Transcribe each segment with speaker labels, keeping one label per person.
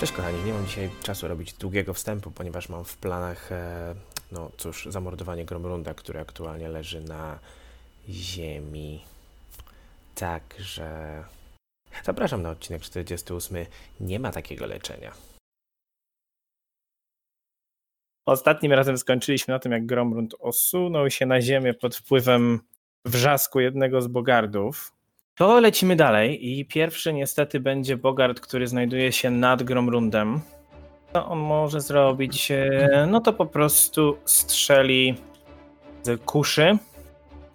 Speaker 1: Cześć kochani, nie mam dzisiaj czasu robić długiego wstępu, ponieważ mam w planach, e, no cóż, zamordowanie Gromrunda, który aktualnie leży na ziemi. Także... Zapraszam na odcinek 48. Nie ma takiego leczenia.
Speaker 2: Ostatnim razem skończyliśmy na tym, jak Gromrund osunął się na ziemię pod wpływem wrzasku jednego z bogardów. To lecimy dalej i pierwszy niestety będzie bogard, który znajduje się nad Gromrundem. Co on może zrobić? E, No to po prostu strzeli z kuszy.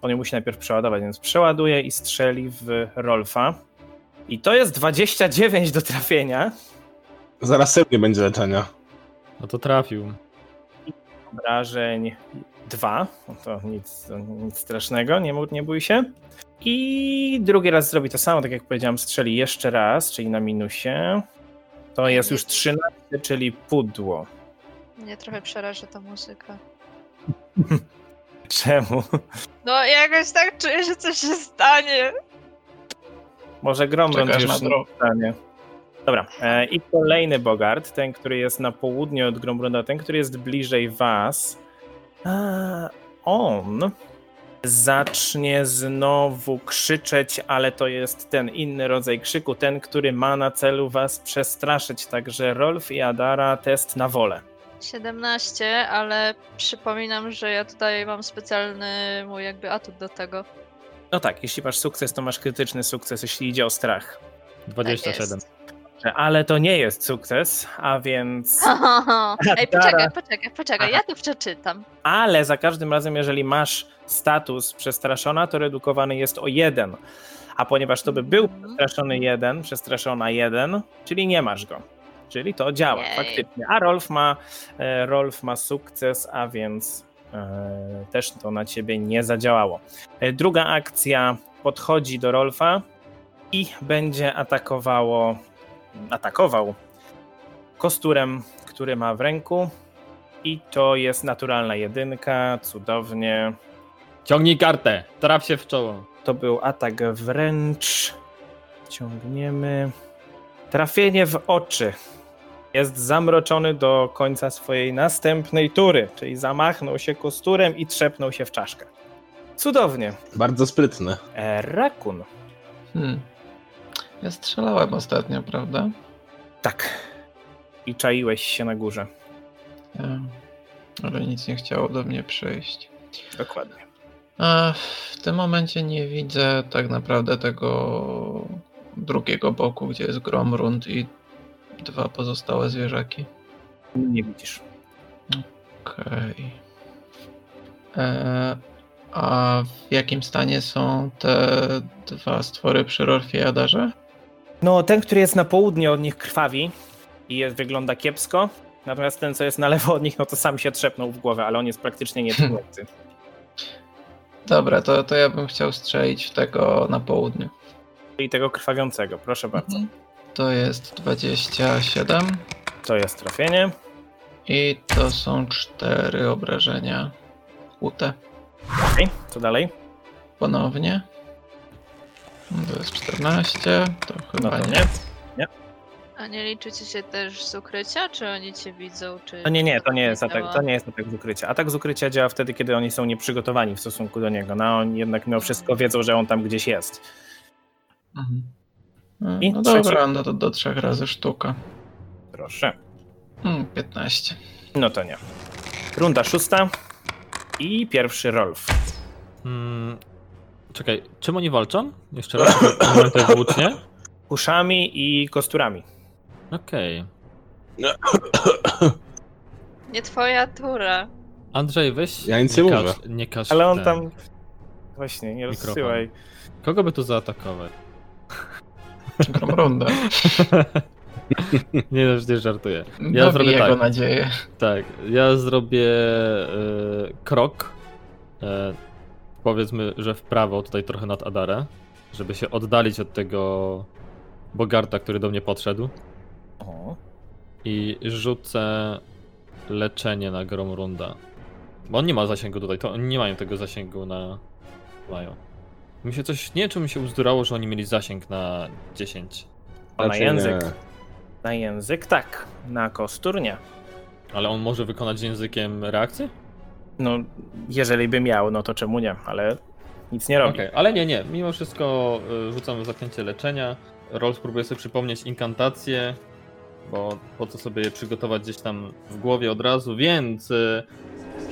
Speaker 2: On ją musi najpierw przeładować, więc przeładuje i strzeli w Rolfa. I to jest 29 do trafienia.
Speaker 3: Zaraz sobie będzie leczenia.
Speaker 4: No to trafił.
Speaker 2: obrażeń 2. No to nic, to nic strasznego, nie, mu- nie bój się. I drugi raz zrobi to samo, tak jak powiedziałem, strzeli jeszcze raz, czyli na minusie. To jest już 13, czyli pudło.
Speaker 5: Mnie trochę przeraża ta muzyka.
Speaker 2: Czemu?
Speaker 5: No jakoś tak czuję, że coś się stanie.
Speaker 2: Może Gromrond
Speaker 3: Czekasz
Speaker 2: już
Speaker 3: na drogę.
Speaker 2: stanie. Dobra, e, i kolejny Bogart, ten, który jest na południe od Gromronda, ten, który jest bliżej was. A, on zacznie znowu krzyczeć, ale to jest ten inny rodzaj krzyku, ten, który ma na celu was przestraszyć. Także Rolf i Adara test na wolę.
Speaker 5: 17, ale przypominam, że ja tutaj mam specjalny mój jakby atut do tego.
Speaker 2: No tak, jeśli masz sukces, to masz krytyczny sukces, jeśli idzie o strach.
Speaker 4: 27.
Speaker 5: Tak jest.
Speaker 2: Ale to nie jest sukces, a więc... Dara.
Speaker 5: Ej, poczekaj, poczekaj, poczekaj, ja to przeczytam.
Speaker 2: ale za każdym razem, jeżeli masz status przestraszona, to redukowany jest o jeden. A ponieważ to by był
Speaker 5: Mhm.
Speaker 2: przestraszony jeden, przestraszona jeden, czyli nie masz go. Czyli to działa
Speaker 5: Jej.
Speaker 2: faktycznie. A Rolf ma, e, Rolf ma sukces, a więc e, też to na ciebie nie zadziałało. E, druga akcja podchodzi do Rolfa i będzie atakowało, atakował kosturem, który ma w ręku. I to jest naturalna jedynka, cudownie.
Speaker 4: Ciągnij kartę, traf się w czoło.
Speaker 2: To był atak wręcz. Ciągniemy. Trafienie w oczy. Jest zamroczony do końca swojej następnej tury, czyli zamachnął się kosturem i trzepnął się w czaszkę. Cudownie.
Speaker 3: Bardzo sprytny.
Speaker 2: E, rakun.
Speaker 6: Hmm. Ja strzelałem ostatnio, prawda?
Speaker 2: Tak. I czaiłeś się na górze.
Speaker 6: Ja... Ale nic nie chciało do mnie przyjść.
Speaker 2: Dokładnie.
Speaker 6: A w tym momencie nie widzę tak naprawdę tego drugiego boku, gdzie jest Gromrund i dwa pozostałe zwierzaki.
Speaker 2: Nie widzisz.
Speaker 6: Okej. E, A w jakim stanie są te dwa stwory przy Rolfie i Adarze?
Speaker 2: No, ten, który jest na południe od nich krwawi i jest, wygląda kiepsko. Natomiast ten, co jest na lewo od nich, no to sam się trzepnął w głowę, ale on jest praktycznie nietknięty.
Speaker 6: Dobra, to, to ja bym chciał strzelić w tego na południu.
Speaker 2: Czyli tego krwawiącego, proszę bardzo.
Speaker 6: To jest 27.
Speaker 2: To jest trafienie.
Speaker 6: I to są cztery obrażenia. Ute.
Speaker 2: Okej, co dalej?
Speaker 6: Ponownie. To jest 14. To
Speaker 2: No
Speaker 6: chyba
Speaker 2: to
Speaker 6: nie.
Speaker 2: nie.
Speaker 5: A nie liczycie się też z ukrycia, czy oni cię widzą, czy...
Speaker 2: To nie, nie, to nie jest atak,
Speaker 5: Działa.
Speaker 2: to nie jest atak z ukrycia. Atak z ukrycia działa wtedy, kiedy oni są nieprzygotowani w stosunku do niego. No, oni jednak mimo wszystko wiedzą, że on tam gdzieś jest.
Speaker 6: Mhm. No,
Speaker 2: I
Speaker 6: no
Speaker 2: trzeci.
Speaker 6: dobra, no to do trzech razy sztuka.
Speaker 2: Proszę.
Speaker 6: Mm, 15.
Speaker 2: No to nie. Runda szósta i pierwszy Rolf.
Speaker 4: Mm, czekaj, czym oni walczą? Jeszcze raz, mamy te włócznie.
Speaker 2: Kuszami i kosturami.
Speaker 4: Okej.
Speaker 5: Nie twoja tura.
Speaker 4: Andrzej, weź...
Speaker 3: Ja nic nie
Speaker 4: każ-
Speaker 3: mówię.
Speaker 4: Nie każ
Speaker 2: Ale on
Speaker 4: ten.
Speaker 2: tam... Właśnie, nie
Speaker 4: Mikrofon.
Speaker 2: rozsyłaj.
Speaker 4: Kogo by tu zaatakować?
Speaker 6: Gromrunda.
Speaker 4: nie, no, przecież żartuję. Ja
Speaker 6: Ja
Speaker 4: zrobię
Speaker 6: jego
Speaker 4: tak.
Speaker 6: nadzieję.
Speaker 4: Tak, ja zrobię e, krok. e, powiedzmy, że w prawo, tutaj trochę nad Adarę, żeby się oddalić od tego bogarta, który do mnie podszedł.
Speaker 2: O,
Speaker 4: I rzucę leczenie na Gromrunda. Bo on nie ma zasięgu tutaj, to oni nie mają tego zasięgu na. Mają. Mi się coś. Znaczy Nie wiem, czy mi się uzdurało, że oni mieli zasięg na 10.
Speaker 2: na
Speaker 3: Raczej
Speaker 2: język.
Speaker 3: nie.
Speaker 2: Na język tak, na kostur nie.
Speaker 4: Ale on może wykonać językiem reakcję?
Speaker 2: No, jeżeli by miał, no to czemu nie, ale nic nie robi.
Speaker 4: Okej, ale nie, nie. Mimo wszystko y, rzucam zaklęcie leczenia. Rol spróbuję sobie przypomnieć inkantację, bo po co sobie je przygotować gdzieś tam w głowie od razu, więc... Y,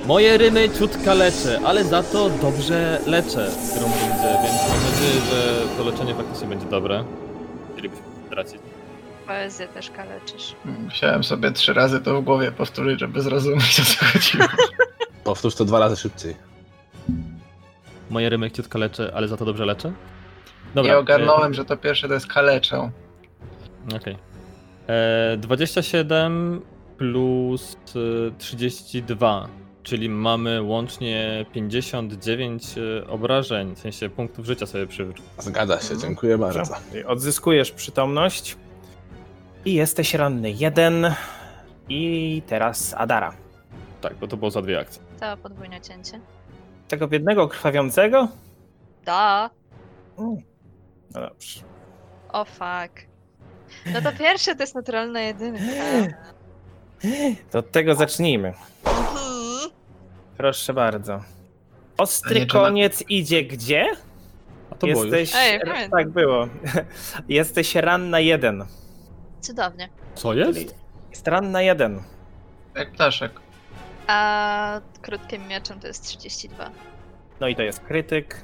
Speaker 4: moje rymy ciutka leczę, ale za to dobrze leczę w Gromrundzie, więc mam nadzieję, że to leczenie faktycznie będzie dobre. Chcielibyśmy tracić.
Speaker 5: Poezję też kaleczysz.
Speaker 6: Musiałem sobie trzy razy to w głowie powtórzyć, żeby zrozumieć o co chodziło.
Speaker 3: Powtórz to dwa razy szybciej.
Speaker 4: Moje rymy ciutka leczę, ale za to dobrze leczę?
Speaker 2: e,
Speaker 6: Nie ogarnąłem,
Speaker 4: y,
Speaker 6: że to pierwsze to jest kaleczę.
Speaker 4: Okej. E, 27 plus y, 32, czyli mamy łącznie 59 y, obrażeń, w sensie punktów życia sobie przywrócił.
Speaker 3: Zgadza się, dziękuję bardzo.
Speaker 2: Czyli Odzyskujesz przytomność i jesteś ranny. Jeden i teraz Adara.
Speaker 4: Tak, bo to było za dwie akcje.
Speaker 5: Cała podwójne cięcie.
Speaker 2: Tego biednego krwawiącego?
Speaker 5: Da.
Speaker 2: Mm. No dobrze.
Speaker 5: O fuck. No to pierwsze to jest naturalna jedynka.
Speaker 2: To od tego zacznijmy.
Speaker 5: Mhm.
Speaker 2: Proszę bardzo. Ostry
Speaker 6: A nie, czy na-
Speaker 2: koniec idzie gdzie?
Speaker 4: A to było już.
Speaker 2: Jesteś.
Speaker 5: Ej, pamiętam.
Speaker 2: tak było. Jesteś ranna jeden.
Speaker 5: Cudownie.
Speaker 4: Co
Speaker 2: Czyli
Speaker 4: jest?
Speaker 2: Jest ranna jeden.
Speaker 6: Jak ptaszek.
Speaker 5: A krótkim mieczem to jest 32.
Speaker 2: No i to jest krytyk.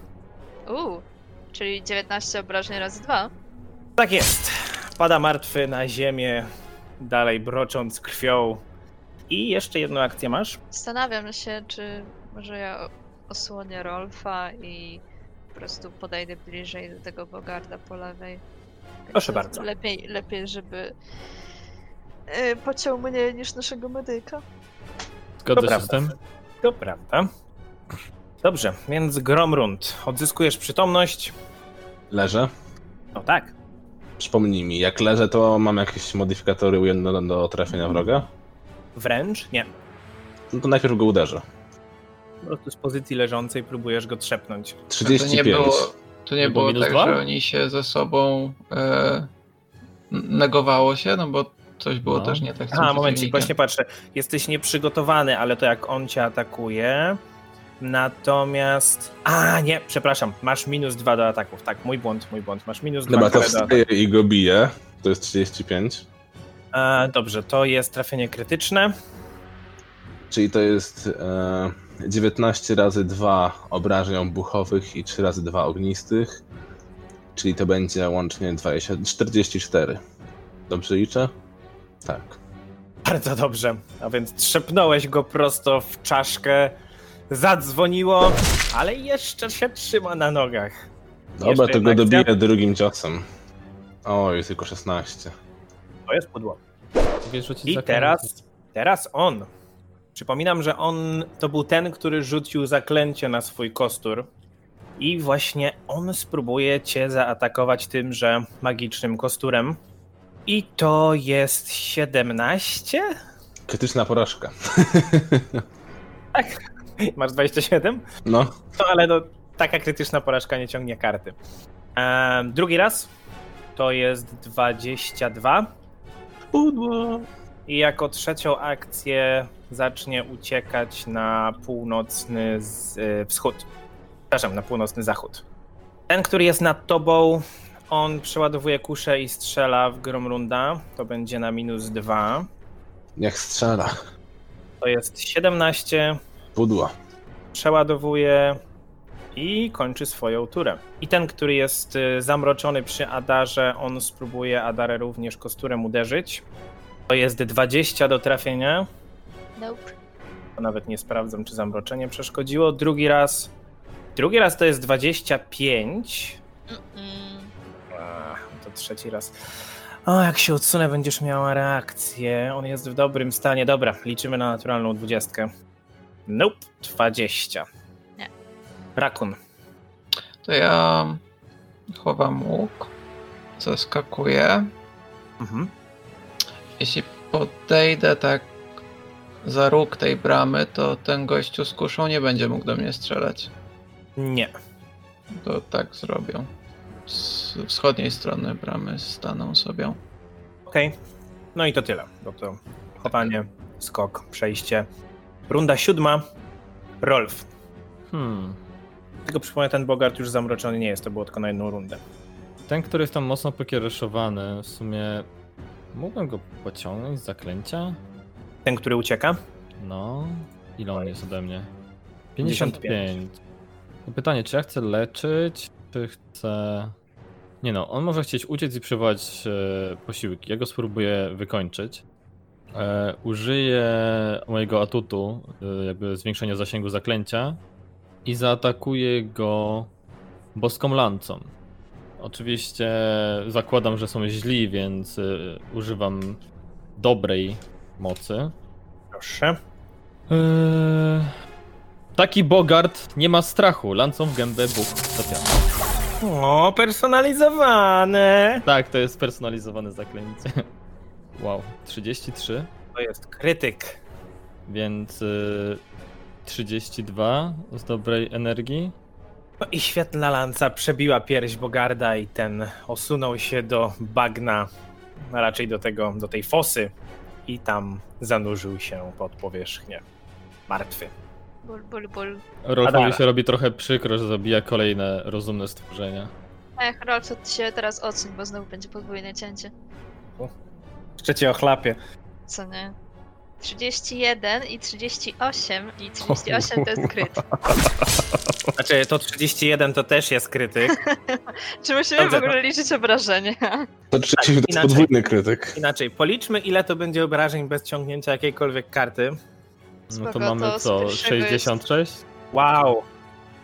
Speaker 5: Uuu, czyli 19 obrażeń razy 2.
Speaker 2: Tak jest. Pada martwy na ziemię, dalej brocząc krwią. I jeszcze jedną akcję masz.
Speaker 5: Zastanawiam się, czy może ja o- osłonię Rolfa i po prostu podejdę bliżej do tego Bogarda po lewej.
Speaker 2: Proszę
Speaker 5: To
Speaker 2: bardzo.
Speaker 5: Lepiej, lepiej żeby yy, pociął mnie niż naszego medyka.
Speaker 4: Zgadza się
Speaker 2: prawda.
Speaker 4: z tym?
Speaker 2: To prawda. Dobrze, więc Gromrund. Odzyskujesz przytomność.
Speaker 3: Leżę.
Speaker 2: No tak.
Speaker 3: Przypomnij mi, jak leżę, to mam jakieś modyfikatory ujemne do, do trafienia wroga?
Speaker 2: Wręcz? Nie.
Speaker 3: No to najpierw go uderzę.
Speaker 2: Po prostu z pozycji leżącej próbujesz go trzepnąć.
Speaker 6: To nie
Speaker 3: 35.
Speaker 6: było, to nie
Speaker 4: To było
Speaker 6: było
Speaker 4: minus
Speaker 6: tak,
Speaker 4: dwa?
Speaker 6: że oni się ze sobą e, n- negowało się, no bo coś było
Speaker 4: No.
Speaker 6: też nie tak. z tym
Speaker 2: A, momencik,
Speaker 6: przeciwnikiem.
Speaker 2: właśnie patrzę. Jesteś nieprzygotowany, ale to jak on cię atakuje. Natomiast. A, nie, przepraszam. Masz minus dwa do ataków. Tak, mój błąd, mój błąd. Masz minus dwa
Speaker 3: Dobra, to
Speaker 2: do ataków.
Speaker 3: wstaję i go biję. To jest 35.
Speaker 2: E, Dobrze, to jest trafienie krytyczne.
Speaker 3: Czyli to jest e, 19 razy 2 obrażeń obuchowych i 3 razy 2 ognistych. Czyli to będzie łącznie 20, 44. Dobrze liczę? Tak.
Speaker 2: Bardzo dobrze. A więc trzepnąłeś go prosto w czaszkę. Zadzwoniło, ale jeszcze się trzyma na nogach. Jeszcze
Speaker 3: Dobra, to
Speaker 2: jedna
Speaker 3: go
Speaker 2: akcja.
Speaker 3: dobiję drugim ciosem. Oj, tylko 16.
Speaker 2: To jest pudło.
Speaker 4: Mogę rzucić
Speaker 2: I
Speaker 4: zaklęcie?
Speaker 2: teraz, teraz on. Przypominam, że on to był ten, który rzucił zaklęcie na swój kostur. I właśnie on spróbuje cię zaatakować tymże magicznym kosturem. I to jest 17?
Speaker 3: Krytyczna porażka.
Speaker 2: Masz 27?
Speaker 3: No,
Speaker 2: No ale no, taka krytyczna porażka nie ciągnie karty. Em, drugi raz to jest 22.
Speaker 3: pudło.
Speaker 2: I jako trzecią akcję zacznie uciekać na północny z, y, wschód. Przepraszam, na północny zachód. Ten, który jest nad tobą, on przeładowuje kuszę i strzela w Gromrunda. To będzie na minus 2.
Speaker 3: Jak strzela.
Speaker 2: To jest 17.
Speaker 3: Pudło.
Speaker 2: przeładowuje i kończy swoją turę. I ten, który jest y, zamroczony przy Adarze, on spróbuje Adarę również kosturem uderzyć. To jest 20 do trafienia.
Speaker 5: Nope.
Speaker 2: To nawet nie sprawdzam, czy zamroczenie przeszkodziło. Drugi raz. Drugi raz to jest 25.
Speaker 5: Mm-mm.
Speaker 2: Ach, to trzeci raz. O, jak się odsunę, będziesz miała reakcję. On jest w dobrym stanie. Dobra, liczymy na naturalną dwudziestkę. Nope, 20.
Speaker 5: Nie.
Speaker 2: Rakun.
Speaker 6: To ja chowam łuk, zaskakuję.
Speaker 2: Mhm.
Speaker 6: Jeśli podejdę tak za róg tej bramy, to ten gościu z kuszą nie będzie mógł do mnie strzelać.
Speaker 2: Nie.
Speaker 6: To tak zrobią. Z wschodniej strony bramy staną sobie.
Speaker 2: Okej. No i to tyle. Bo to kopanie, skok, przejście. Runda siódma. Rolf.
Speaker 4: Hmm.
Speaker 2: Tylko przypomnę, ten Bogart już zamroczony nie jest, to było tylko na jedną rundę.
Speaker 4: Ten, który jest tam mocno pokiereszowany, w sumie mógłbym go pociągnąć z zaklęcia?
Speaker 2: Ten, który ucieka?
Speaker 4: No. Ile on jest ode mnie?
Speaker 2: 55.
Speaker 4: 55. No Pytanie, czy ja chcę leczyć, czy chcę... Nie no, on może chcieć uciec i przywołać e, posiłki. Ja go spróbuję wykończyć. E, użyję mojego atutu, e, jakby zwiększenia zasięgu zaklęcia i zaatakuję go boską lancą. Oczywiście zakładam, że są źli, więc e, używam dobrej mocy.
Speaker 2: Proszę.
Speaker 4: Eee, Taki Bogart nie ma strachu. Lancą w gębę Bóg zapia.
Speaker 2: O, personalizowane!
Speaker 4: Tak, to jest personalizowane zaklęcie. Wow, 33,
Speaker 2: To jest krytyk.
Speaker 4: więc y, 32 z dobrej energii.
Speaker 2: No i świetna lanca przebiła pierś Bogarda i ten osunął się do bagna, a raczej do tego, do tej fosy i tam zanurzył się pod powierzchnię. Martwy.
Speaker 5: Ból, ból, ból.
Speaker 4: Rolfowi
Speaker 2: Adara.
Speaker 4: się robi trochę przykro, że zabija kolejne rozumne stworzenia. No
Speaker 5: Ech, Rolf, to się teraz odsuń, bo znowu będzie podwójne cięcie.
Speaker 2: Jeszcze cię ochlapie.
Speaker 5: Co nie? 31 i 38 i 38 to jest kryt.
Speaker 2: Znaczy, to 31 to też jest krytyk.
Speaker 5: Czy musimy w
Speaker 2: Dobrze,
Speaker 5: ogóle liczyć obrażenia?
Speaker 3: To oczywiście
Speaker 2: Tak,
Speaker 3: to
Speaker 2: inaczej.
Speaker 3: jest podwójny krytyk.
Speaker 2: Inaczej, policzmy ile to będzie obrażeń bez ciągnięcia jakiejkolwiek karty.
Speaker 4: No
Speaker 5: Spoko,
Speaker 4: to
Speaker 5: to
Speaker 4: mamy
Speaker 5: z
Speaker 4: co?
Speaker 5: pierwszego jest-
Speaker 4: 66?
Speaker 2: Wow.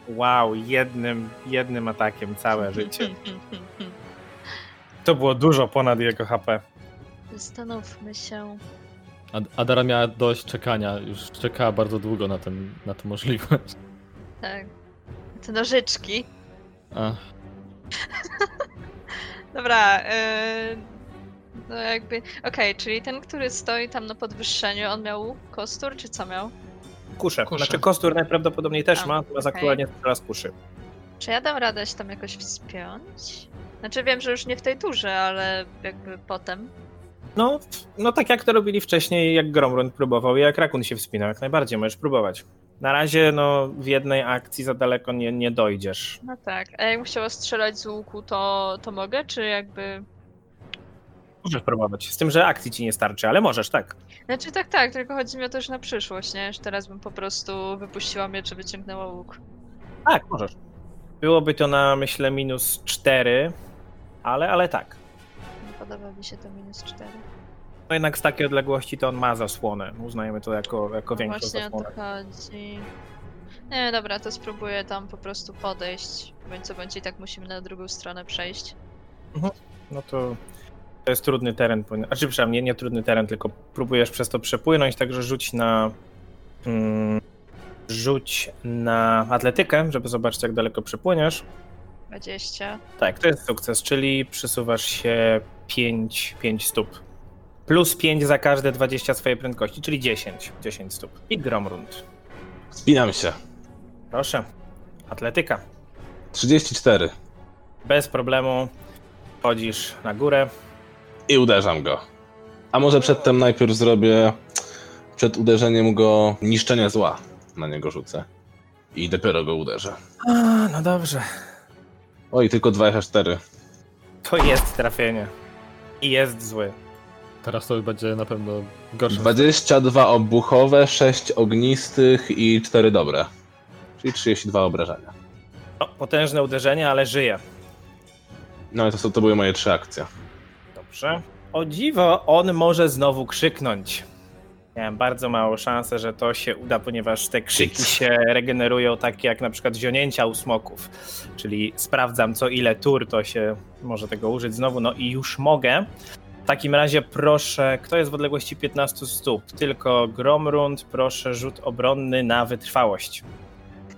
Speaker 2: Wow, jednym, jednym atakiem
Speaker 5: Mhm.
Speaker 2: całe życie. To było dużo ponad jego HP.
Speaker 5: Zastanówmy się.
Speaker 4: Ad- Adara miała dość czekania, już czekała bardzo długo na, ten, na tę możliwość.
Speaker 5: Tak. Te nożyczki.
Speaker 4: Ach.
Speaker 5: Dobra, yy, no jakby. Okej, czyli ten, który stoi tam na podwyższeniu, on miał kostur, czy co miał?
Speaker 2: Kusze.
Speaker 6: Kusze.
Speaker 2: Znaczy, kostur najprawdopodobniej też
Speaker 5: A,
Speaker 2: ma, natomiast
Speaker 5: okej.
Speaker 2: aktualnie teraz kuszy.
Speaker 5: Czy ja dam radę się tam jakoś wspiąć? Znaczy wiem, że już nie w tej turze, ale jakby potem.
Speaker 2: No, no tak jak to robili wcześniej, jak Gromrund próbował i jak Rakun się wspinał, jak najbardziej możesz próbować. Na razie no w jednej akcji za daleko nie, nie dojdziesz.
Speaker 5: No tak. A jak chciała strzelać z łuku, to, to mogę, czy jakby.
Speaker 2: Możesz próbować. Z tym, że akcji ci nie starczy, ale możesz, tak.
Speaker 5: Znaczy tak, tak, tylko chodzi mi o to, że na przyszłość, nie? Że teraz bym po prostu wypuściła mnie, czy wyciągnęła łuk.
Speaker 2: Tak, możesz. Byłoby to na myślę minus 4, ale, ale tak.
Speaker 5: Nie podoba mi się to minus 4.
Speaker 2: No jednak z takiej odległości to on ma zasłonę. Uznajemy to jako, jako
Speaker 5: No
Speaker 2: większą
Speaker 5: właśnie o to
Speaker 2: zasłonę.
Speaker 5: chodzi. Nie, dobra, to spróbuję tam po prostu podejść. Bądź co bądź i tak musimy na drugą stronę przejść.
Speaker 2: No to, to jest trudny teren. powinien- Znaczy, przynajmniej nie trudny teren, tylko próbujesz przez to przepłynąć, także rzuć na. Mm, rzuć na atletykę, żeby zobaczyć, jak daleko przepłyniesz.
Speaker 5: 20.
Speaker 2: Tak, to jest sukces, czyli przysuwasz się 5, 5 stóp. Plus 5 za każde 20 swojej prędkości, czyli 10, 10 stóp. I gromrund.
Speaker 3: Spinam się.
Speaker 2: Proszę. Atletyka.
Speaker 3: 34.
Speaker 2: Bez problemu chodzisz na górę.
Speaker 3: I uderzam go. A może przedtem najpierw zrobię przed uderzeniem go niszczenie zła. Na niego rzucę. I dopiero go uderzę.
Speaker 2: A, no dobrze.
Speaker 3: Oj, tylko 24.
Speaker 2: To jest trafienie. I jest zły.
Speaker 4: Teraz to będzie na pewno gorsze.
Speaker 3: 22 obuchowe, 6 ognistych i 4 dobre. Czyli 32 obrażenia.
Speaker 2: No, potężne uderzenie, ale żyje.
Speaker 3: No ale to, są- to były moje trzy akcje.
Speaker 2: Dobrze. O dziwo, on może znowu krzyknąć. Miałem bardzo małą szansę, że to się uda, ponieważ te krzyki
Speaker 3: Shit.
Speaker 2: się regenerują takie jak na przykład zionięcia u smoków. Czyli sprawdzam co ile tur, to się może tego użyć znowu. No i już mogę. W takim razie proszę, kto jest w odległości 15 stóp? Tylko Gromrund, proszę rzut obronny na wytrwałość.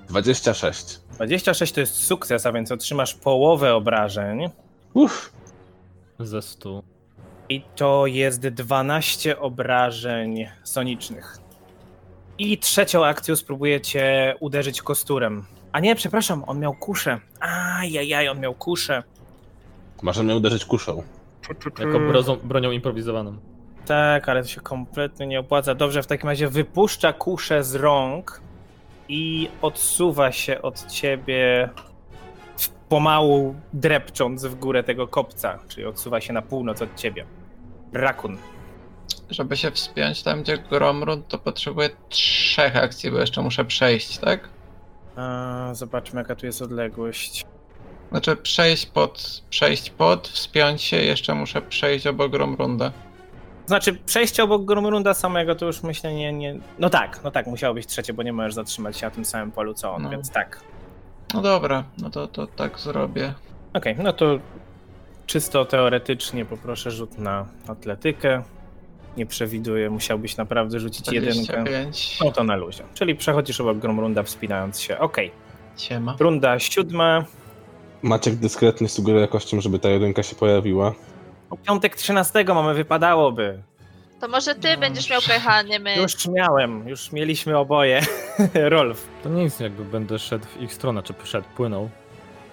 Speaker 3: 26.
Speaker 2: 26 to jest sukces, a więc otrzymasz połowę obrażeń.
Speaker 3: Uff.
Speaker 4: Ze 100.
Speaker 2: I to jest 12 obrażeń sonicznych. I trzecią akcją spróbujecie uderzyć kosturem. A nie, przepraszam, on miał kuszę. Ajajaj, on miał kuszę.
Speaker 3: Może mnie uderzyć kuszą.
Speaker 4: Jako brozą, bronią improwizowaną.
Speaker 2: Tak, ale to się kompletnie nie opłaca. Dobrze, w takim razie wypuszcza kuszę z rąk i odsuwa się od ciebie pomału drepcząc w górę tego kopca, czyli odsuwa się na północ od ciebie. Rakun.
Speaker 6: Żeby się wspiąć tam, gdzie Gromrund, to potrzebuję trzech akcji, bo jeszcze muszę przejść, tak?
Speaker 2: A, zobaczmy jaka tu jest odległość.
Speaker 6: Znaczy przejść pod, przejść pod, wspiąć się, jeszcze muszę przejść obok Gromrunda.
Speaker 2: Znaczy przejście obok Gromrunda samego to już myślę nie, nie... No tak, no tak, musiało być trzecie, bo nie możesz zatrzymać się na tym samym polu co on,
Speaker 6: No.
Speaker 2: więc tak.
Speaker 6: No dobra, no to, to tak zrobię.
Speaker 2: Okej, no to czysto teoretycznie poproszę rzut na atletykę. Nie przewiduję, musiałbyś naprawdę rzucić jedynkę.
Speaker 6: 25.
Speaker 2: No to na luzie. Czyli przechodzisz obok Gromrunda wspinając się. Okej,
Speaker 6: Siema.
Speaker 2: runda siódma.
Speaker 3: Maciek dyskretnie sugeruje kością, żeby ta jedynka się pojawiła.
Speaker 2: O piątek 13 mamy, wypadałoby.
Speaker 5: To może ty
Speaker 6: No.
Speaker 5: będziesz miał pecha, nie my.
Speaker 2: Już miałem, już mieliśmy oboje. Rolf.
Speaker 4: To nie jest jakby będę szedł w ich stronę, czy szedł, płynął.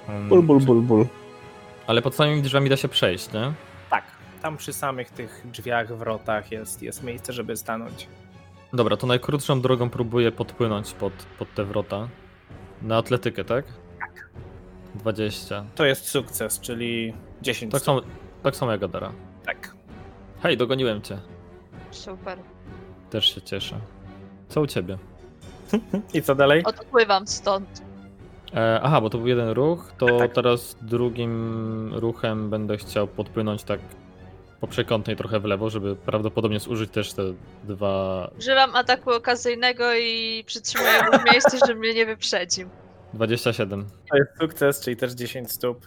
Speaker 4: Mm,
Speaker 3: Bul, bul, bul, bul.
Speaker 4: Ale pod samymi drzwiami da się przejść, nie?
Speaker 2: Tak, tam przy samych tych drzwiach, wrotach jest, jest miejsce, żeby stanąć.
Speaker 4: Dobra, to najkrótszą drogą próbuję podpłynąć pod, pod te wrota. Na atletykę, tak? Tak. 20.
Speaker 2: To jest sukces, czyli 10
Speaker 4: Tak samo, tak samo jak Adara.
Speaker 2: tak.
Speaker 4: Hej, dogoniłem cię.
Speaker 5: Super.
Speaker 4: Też się cieszę. Co u ciebie?
Speaker 2: I co dalej?
Speaker 5: Odpływam stąd.
Speaker 4: E, aha, bo to był jeden ruch, to
Speaker 2: Tak.
Speaker 4: teraz drugim ruchem będę chciał podpłynąć tak po przekątnej trochę w lewo, żeby prawdopodobnie zużyć też te dwa,
Speaker 5: Używam ataku okazyjnego i przytrzymuję go w miejscu, żeby mnie nie wyprzedził.
Speaker 4: 27.
Speaker 2: To jest sukces, czyli też 10 stóp.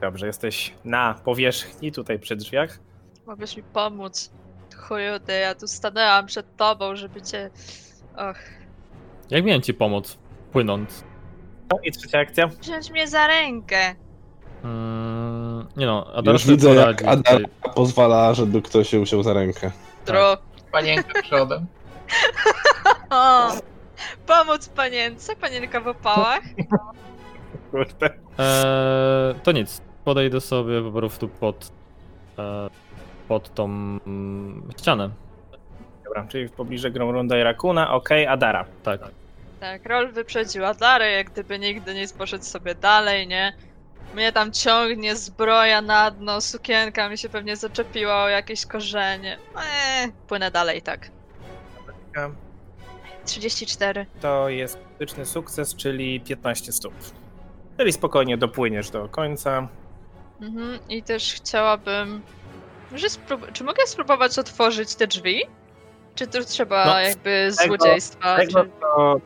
Speaker 2: Dobrze, jesteś na powierzchni tutaj przy drzwiach.
Speaker 5: Mogłeś mi pomóc. Chuju, ty, ja tu stanęłam przed tobą, żeby cię... Och.
Speaker 4: Jak miałem ci pomóc płynąc?
Speaker 2: No i trzecia akcja.
Speaker 5: Wziąć mnie za rękę.
Speaker 4: Mm, nie no, Adara
Speaker 3: Już
Speaker 4: sobie
Speaker 3: widzę, jak
Speaker 4: poradzi tutaj.
Speaker 3: Adara pozwala, żeby ktoś się usiął za rękę.
Speaker 5: Dro.
Speaker 6: Panienka przodem.
Speaker 5: O. Pomóc panience, panienka w opałach.
Speaker 2: Kurde.
Speaker 4: Eee, to nic. Podejdę sobie po prostu pod, e, pod tą mm, ścianę.
Speaker 2: Dobra, czyli w pobliżu Gromrunda i Rakuna, okej, Adara.
Speaker 4: Tak.
Speaker 5: Tak, Rol wyprzedziła Darę, jak gdyby nigdy nic poszedł sobie dalej, nie? Mnie tam ciągnie zbroja na dno, sukienka mi się pewnie zaczepiła o jakieś korzenie. Eee, płynę dalej, tak. 34.
Speaker 2: To jest krytyczny sukces, czyli 15 stóp. Czyli spokojnie dopłyniesz do końca.
Speaker 5: Mhm, i też chciałabym. Może sprób- czy mogę spróbować otworzyć te drzwi? Czy tu trzeba
Speaker 2: No, z
Speaker 5: jakby
Speaker 2: tego-
Speaker 5: złodziejstwa?
Speaker 2: Tego,
Speaker 5: czy...
Speaker 2: co,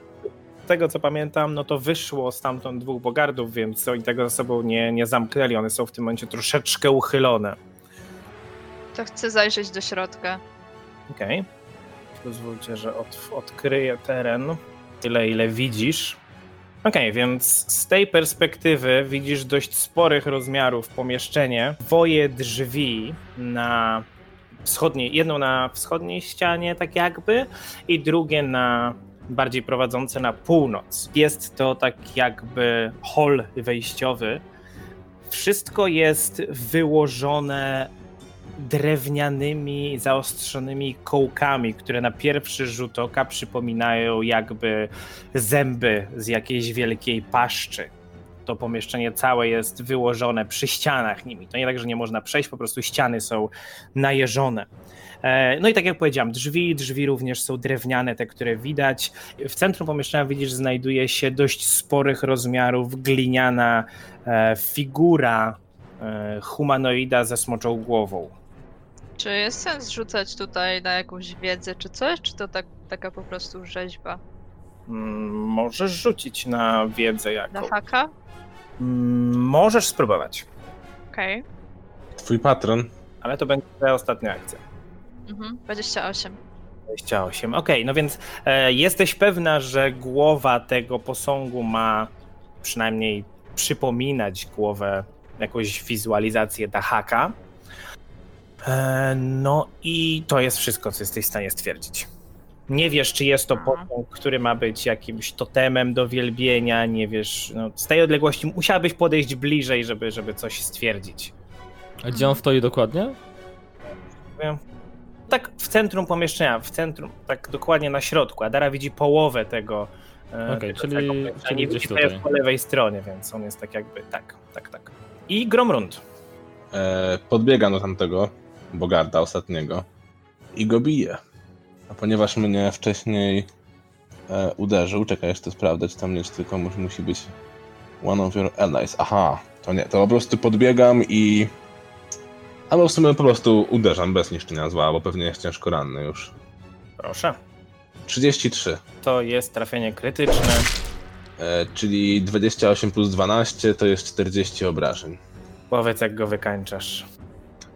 Speaker 2: z tego co pamiętam, no to wyszło stamtąd dwóch bogardów, więc oni tego ze sobą nie, nie zamknęli. One są w tym momencie troszeczkę uchylone.
Speaker 5: To chcę zajrzeć do środka.
Speaker 2: Okej. Pozwólcie, że od, odkryję teren tyle, ile widzisz. Okej, więc z tej perspektywy widzisz dość sporych rozmiarów pomieszczenie. Dwoje drzwi na wschodniej, jedną na wschodniej ścianie, tak jakby, i drugie na bardziej prowadzące na północ. Jest to tak jakby hol wejściowy. Wszystko jest wyłożone drewnianymi, zaostrzonymi kołkami, które na pierwszy rzut oka przypominają jakby zęby z jakiejś wielkiej paszczy. To pomieszczenie całe jest wyłożone przy ścianach nimi. To nie tak, że nie można przejść, po prostu ściany są najeżone. E, No i tak jak powiedziałam, drzwi, drzwi również są drewniane, te, które widać. W centrum pomieszczenia widzisz, znajduje się dość sporych rozmiarów gliniana e, figura e, humanoida ze smoczą głową.
Speaker 5: Czy jest sens rzucać tutaj na jakąś wiedzę czy coś? Czy to tak, taka po prostu rzeźba?
Speaker 2: Mm, Możesz rzucić na wiedzę
Speaker 5: Na
Speaker 2: jaką.
Speaker 5: haka?
Speaker 2: Mm, Możesz spróbować,
Speaker 5: Okej.
Speaker 3: Twój patron.
Speaker 2: ale to będzie twoja ostatnia akcja.
Speaker 5: Mhm. 28.
Speaker 2: 28. Okej, no więc e, jesteś pewna, że głowa tego posągu ma przynajmniej przypominać głowę, jakąś wizualizację Dahaka. E, no i to jest wszystko, co jesteś w stanie stwierdzić. Nie wiesz, czy jest to
Speaker 5: Aha.
Speaker 2: posąg, który ma być jakimś totemem do wielbienia, nie wiesz, no, z tej odległości musiałbyś podejść bliżej, żeby, żeby coś stwierdzić.
Speaker 4: A gdzie on stoi dokładnie?
Speaker 2: Wiem. tak w centrum pomieszczenia, w centrum, tak dokładnie na środku. Adara widzi połowę tego. e,
Speaker 4: Okej,
Speaker 2: tego
Speaker 4: czyli-
Speaker 2: całego pomieszczenia.
Speaker 4: czyli
Speaker 2: Nie
Speaker 4: gdzieś
Speaker 2: widzi, to jest
Speaker 4: tutaj.
Speaker 2: po lewej stronie, więc on jest tak jakby, tak, tak, tak. I Gromrund.
Speaker 3: E, podbiegam do tamtego Bogarda ostatniego i go biję. A ponieważ mnie wcześniej e, uderzył, czekaj jeszcze sprawdzę, czy tam nie, czy tylko mu- musi być one of your allies. Aha, to nie, to po prostu podbiegam i... Albo w sumie po prostu uderzam bez niszczenia zła, bo pewnie jest ciężko ranny już.
Speaker 2: Proszę.
Speaker 3: 33,
Speaker 2: To jest trafienie krytyczne.
Speaker 3: e, czyli 28 plus 12 to jest 40 obrażeń.
Speaker 2: Powiedz, jak go wykańczasz.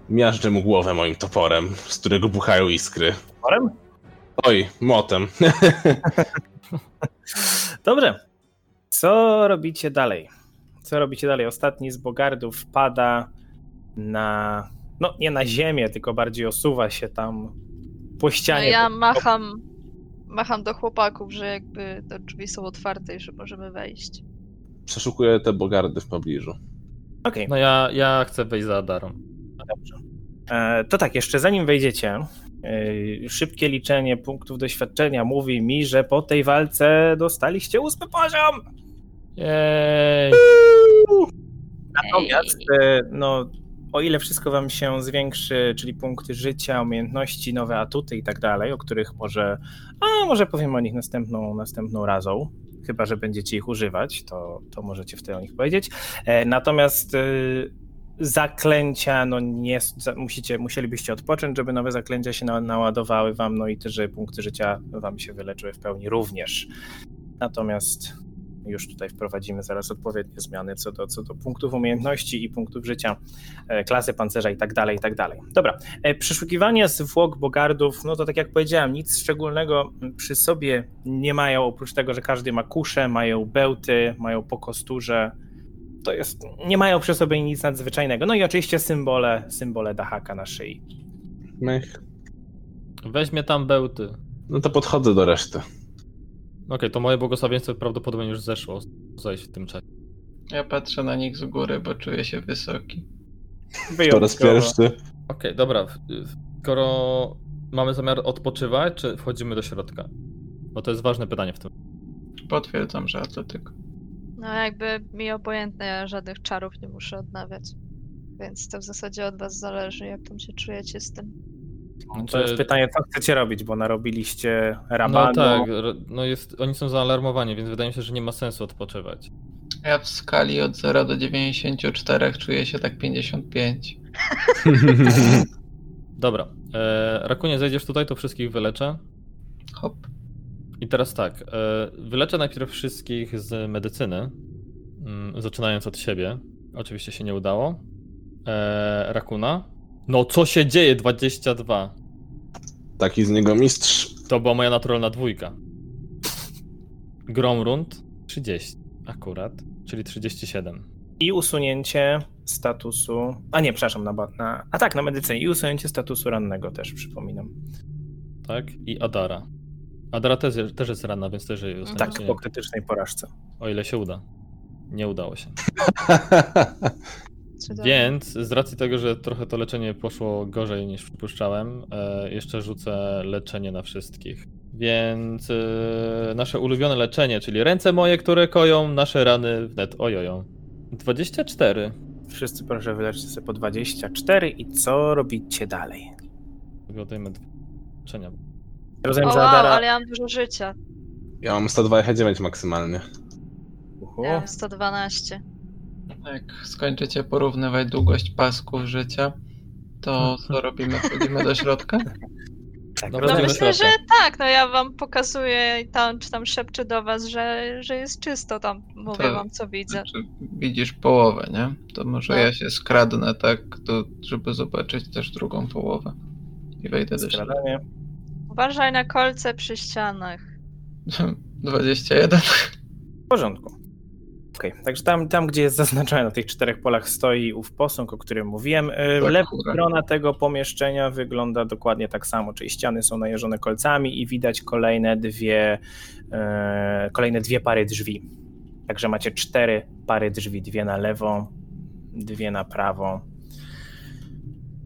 Speaker 3: Miażdżę mu głowę moim toporem, z którego buchają iskry.
Speaker 2: Morem?
Speaker 3: Oj, motem.
Speaker 2: Dobrze. Co robicie dalej? Co robicie dalej? Ostatni z bogardów pada na. No, nie na ziemię, tylko bardziej osuwa się tam po
Speaker 5: No,
Speaker 2: ścianie.
Speaker 5: ja macham, macham do chłopaków, że jakby te drzwi są otwarte i że możemy wejść.
Speaker 3: Przeszukuję te bogardy w pobliżu.
Speaker 2: Okej,
Speaker 4: No ja, ja chcę wejść za Adarą.
Speaker 2: dobrze. E, to tak, jeszcze zanim wejdziecie, e, szybkie liczenie punktów doświadczenia mówi mi, że po tej walce dostaliście ósmy poziom.
Speaker 4: Jej!
Speaker 2: Natomiast, e, no, o ile wszystko wam się zwiększy, czyli punkty życia, umiejętności, nowe atuty i tak dalej, o których może, a może powiem o nich następną, następną razą, chyba że będziecie ich używać, to, to możecie wtedy o nich powiedzieć. E, Natomiast e, zaklęcia, no nie, za- musicie, musielibyście odpocząć, żeby nowe zaklęcia się na- naładowały wam, no i też, żeby punkty życia wam się wyleczyły w pełni również. Natomiast już tutaj wprowadzimy zaraz odpowiednie zmiany co do, co do punktów umiejętności i punktów życia, e, klasy pancerza i tak dalej, i tak dalej. Dobra, e, przeszukiwanie zwłok bogardów, no to tak jak powiedziałem, nic szczególnego przy sobie nie mają, oprócz tego, że każdy ma kusze, mają bełty, mają po kosturze, to jest, nie mają przy sobie nic nadzwyczajnego. No i oczywiście symbole, symbole dahaka na szyi.
Speaker 3: Mech.
Speaker 4: Weźmie tam bełty. Okej,
Speaker 3: No to podchodzę do reszty.
Speaker 4: to moje błogosławieństwo prawdopodobnie już zeszło. Zejść w tym czasie.
Speaker 6: Ja patrzę na nich z góry, bo czuję się wysoki.
Speaker 3: Po raz
Speaker 2: Wyjątkowo.
Speaker 3: pierwszy.
Speaker 4: Okej, dobra. w- w- Skoro mamy zamiar odpoczywać, czy wchodzimy do środka? Bo to jest ważne pytanie w tym.
Speaker 6: Potwierdzam, że atletyk.
Speaker 5: No jakby mi obojętne, ja żadnych czarów nie muszę odnawiać. Więc to w zasadzie od was zależy, jak tam się czujecie z tym.
Speaker 2: To jest pytanie, co chcecie robić, bo narobiliście rabanu.
Speaker 4: No tak, ro- no jest, oni są zaalarmowani, więc wydaje mi się, że nie ma sensu odpoczywać.
Speaker 6: Ja w skali od 0 do 94 czuję się tak 55.
Speaker 4: Dobra, e, Rakunie, zejdziesz tutaj, to wszystkich wyleczę.
Speaker 6: Hop.
Speaker 4: I teraz tak, e, wyleczę najpierw wszystkich z medycyny, mm, zaczynając od siebie. Oczywiście się nie udało. E, Rakuna. No co się dzieje? 22.
Speaker 3: Taki z niego mistrz.
Speaker 4: To była moja naturalna dwójka. Gromrund 30 akurat, czyli 37.
Speaker 2: I usunięcie statusu. A nie, przepraszam, na, ba- na. A tak, na medycynie. I usunięcie statusu rannego też, przypominam.
Speaker 4: Tak? I Adara. Adara też, też jest ranna, więc też jej dostanę,
Speaker 2: Tak,
Speaker 4: czy nie?
Speaker 2: po krytycznej porażce.
Speaker 4: O ile się uda. Nie udało się.
Speaker 5: Cudownie.
Speaker 4: Więc z racji tego, że trochę to leczenie poszło gorzej niż przypuszczałem, e, jeszcze rzucę leczenie na wszystkich. Więc e, nasze ulubione leczenie, czyli ręce moje, które koją, nasze rany wnet ojoją. 24.
Speaker 2: Wszyscy proszę wyleczcie sobie po 24 i co robicie dalej?
Speaker 4: Wygodujmy dwa leczenia.
Speaker 2: Rozumiem,
Speaker 5: O
Speaker 2: że
Speaker 5: wow,
Speaker 2: Adara.
Speaker 5: ale ja mam dużo życia.
Speaker 3: Ja mam 129 maksymalnie.
Speaker 2: Uhu.
Speaker 5: Ja mam No, 112.
Speaker 6: Jak skończycie porównywać długość pasków życia, to co robimy? Wchodzimy do środka?
Speaker 2: Tak,
Speaker 4: No
Speaker 5: No
Speaker 4: Wchodzimy
Speaker 2: rozumiem,
Speaker 4: w
Speaker 5: myślę, że
Speaker 4: środek.
Speaker 5: tak, no ja wam pokazuję i tam, czy tam szepczę do was, że, że jest czysto tam, mówię
Speaker 6: Tak.
Speaker 5: wam co widzę.
Speaker 6: Znaczy, widzisz połowę, nie? To może
Speaker 5: No.
Speaker 6: ja się skradnę tak, do, żeby zobaczyć też drugą połowę. I wejdę do środka.
Speaker 2: skradanie.
Speaker 5: Uważaj na kolce przy ścianach.
Speaker 6: 21.
Speaker 2: W porządku. Okej, także tam, tam, gdzie jest zaznaczone na tych czterech polach stoi ów posąg, o którym mówiłem. Yy,
Speaker 6: Tak,
Speaker 2: Lewa
Speaker 6: kurwa.
Speaker 2: strona tego pomieszczenia wygląda dokładnie tak samo, czyli ściany są najeżone kolcami i widać kolejne dwie, e, kolejne dwie pary drzwi. Także macie cztery pary drzwi, dwie na lewą, dwie na prawą.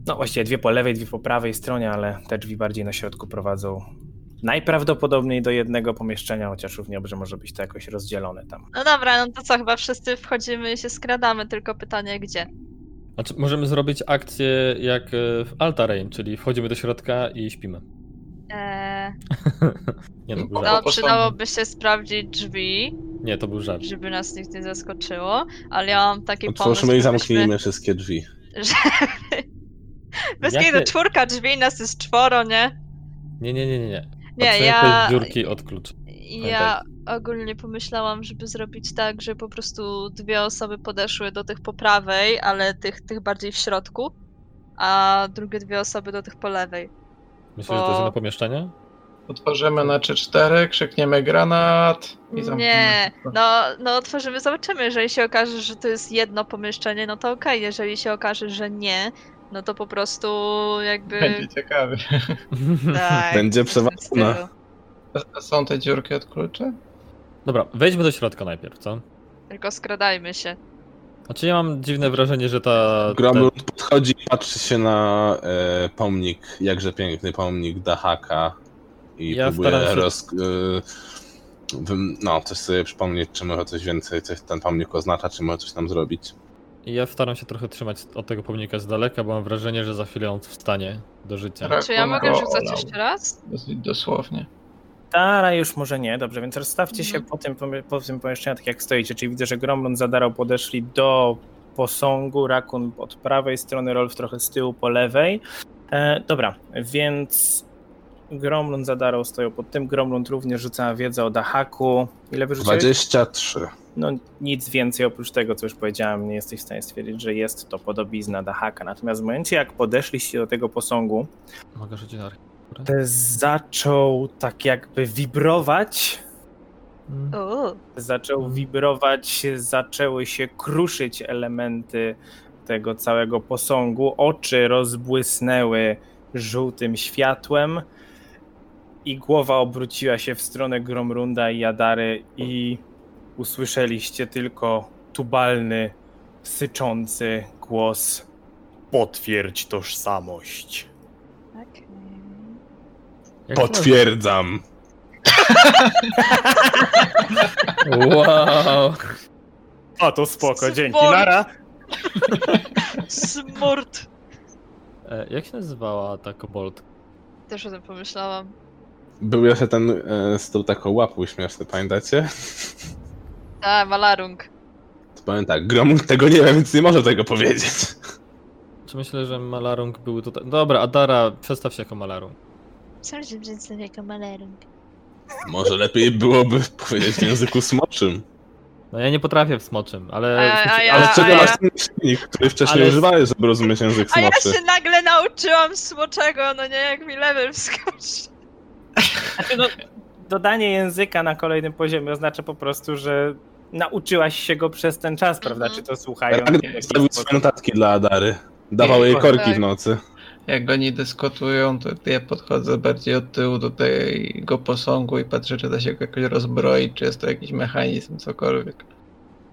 Speaker 2: No właściwie dwie po lewej, dwie po prawej stronie, ale te drzwi bardziej na środku prowadzą najprawdopodobniej do jednego pomieszczenia, chociaż równie dobrze może być to jakoś rozdzielone tam.
Speaker 5: No dobra, no to co, chyba wszyscy wchodzimy i się skradamy, tylko pytanie gdzie?
Speaker 4: Znaczy, możemy zrobić akcję jak e, w Altarain, czyli wchodzimy do środka i śpimy.
Speaker 5: Eee,
Speaker 4: nie, to był
Speaker 6: No.
Speaker 4: żart.
Speaker 5: no przydałoby się sprawdzić drzwi,
Speaker 4: nie, to był żart.
Speaker 5: żeby nas nikt nie zaskoczyło, ale ja mam taki
Speaker 3: Otwórzmy
Speaker 5: pomysł,
Speaker 3: i zamknijmy wszystkie drzwi.
Speaker 5: że... Bez
Speaker 4: Jak
Speaker 5: kiedy
Speaker 4: nie-
Speaker 5: czwórka drzwi, nas jest czworo, nie?
Speaker 4: Nie, nie, nie, nie. nie.
Speaker 5: Nie,
Speaker 4: Patrzę,
Speaker 5: ja,
Speaker 4: jakieś dziurki od klucz.
Speaker 5: ja ogólnie pomyślałam, żeby zrobić tak, że po prostu dwie osoby podeszły do tych po prawej, ale tych, tych bardziej w środku, a drugie dwie osoby do tych po lewej.
Speaker 4: Myślisz, że to jest
Speaker 5: O.
Speaker 4: jedno pomieszczenie?
Speaker 6: Otworzymy na 3-4, krzykniemy granat i zamkniemy.
Speaker 5: Nie, no, no otworzymy, zobaczymy. Jeżeli się okaże, że to jest jedno pomieszczenie, no to okej. Jeżeli się okaże, że nie, no to po prostu jakby.
Speaker 6: Będzie ciekawie.
Speaker 5: Tak,
Speaker 3: Będzie
Speaker 5: coś w tym
Speaker 3: przewalone.
Speaker 5: stylu.
Speaker 6: A Są te dziurki od kluczy?
Speaker 4: Dobra, wejdźmy do środka najpierw, co?
Speaker 5: Tylko skradajmy się.
Speaker 4: Znaczy, ja mam dziwne wrażenie, że ta. ta
Speaker 3: Gromlund podchodzi i patrzy się na e, pomnik, jakże piękny pomnik Dahaka i
Speaker 4: Ja
Speaker 3: próbuje
Speaker 4: staram się-
Speaker 3: roz... E, wym- no, coś sobie przypomnieć, czy może coś więcej, coś ten pomnik oznacza, czy może coś tam zrobić.
Speaker 4: ja staram się trochę trzymać od tego pomnika z daleka, bo mam wrażenie, że za chwilę on wstanie do życia.
Speaker 6: Tak,
Speaker 5: Czy ja
Speaker 6: on
Speaker 5: mogę
Speaker 6: go
Speaker 5: rzucać
Speaker 6: olał.
Speaker 5: jeszcze raz?
Speaker 6: Dosyć dosłownie.
Speaker 2: Tara już może nie, dobrze, więc rozstawcie się
Speaker 5: Mhm.
Speaker 2: po tym, pomie- po tym pomieszczeniu tak jak stoicie, czyli widzę, że Gromlund zadarał, podeszli do posągu, Rakun od prawej strony, Rolf trochę z tyłu po lewej. E, dobra, więc Gromlund zadarał, stoją pod tym, Gromlund również rzuca wiedzę o Dahaku. Ile wyrzuciłeś?
Speaker 3: 23.
Speaker 2: No nic więcej oprócz tego, co już powiedziałem, nie jesteś w stanie stwierdzić, że jest to podobizna Dahaka. Natomiast w momencie, jak podeszliście do tego posągu,
Speaker 4: Mogę rzucić na
Speaker 2: zaczął tak jakby wibrować
Speaker 5: Uuu,
Speaker 2: zaczął wibrować, zaczęły się kruszyć elementy tego całego posągu. Oczy rozbłysnęły żółtym światłem i głowa obróciła się w stronę Gromrunda i Jadary i usłyszeliście tylko tubalny, syczący głos Potwierdź tożsamość.
Speaker 5: okej.
Speaker 3: Potwierdzam.
Speaker 4: Wow!
Speaker 2: A to spoko,
Speaker 5: Sport.
Speaker 2: dzięki, Lara.
Speaker 5: Smurt!
Speaker 4: E, Jak się nazywała ta kobold?
Speaker 5: Też o tym pomyślałam.
Speaker 3: Był jeszcze ten e, z tą taką łapą śmieszny, pamiętacie?
Speaker 5: A, malarung.
Speaker 3: To powiem tak, Gromlund tego nie wiem, więc nie może tego powiedzieć.
Speaker 4: Czy myślę, że malarung był tutaj. Dobra, Adara, przestaw się jako malarung.
Speaker 5: Chciałam się wziąć sobie jako malarung.
Speaker 3: Może lepiej byłoby powiedzieć w języku smoczym.
Speaker 4: No ja nie potrafię w smoczym, ale.
Speaker 5: E, a ja-
Speaker 3: Ale czego
Speaker 5: ja-
Speaker 3: masz ten silnik, który wcześniej
Speaker 4: Ale-
Speaker 3: używałeś, żeby rozumieć język
Speaker 5: A ja
Speaker 3: smoczy?
Speaker 5: się nagle nauczyłam smoczego, no nie jak mi level wskoczy.
Speaker 2: Znaczy, no, dodanie języka na kolejnym poziomie oznacza po prostu, że nauczyłaś się go przez ten czas, prawda?
Speaker 5: Mhm.
Speaker 2: Czy to słuchając? w
Speaker 3: Ragnar
Speaker 2: jakiś
Speaker 3: zostawił
Speaker 2: sposób.
Speaker 3: swoje notatki dla Adary. Dawał jej korki w nocy.
Speaker 6: Jak oni dyskutują, to ja podchodzę bardziej od tyłu do tego posągu i patrzę, czy da się go jakoś rozbroić, czy jest to jakiś mechanizm, cokolwiek.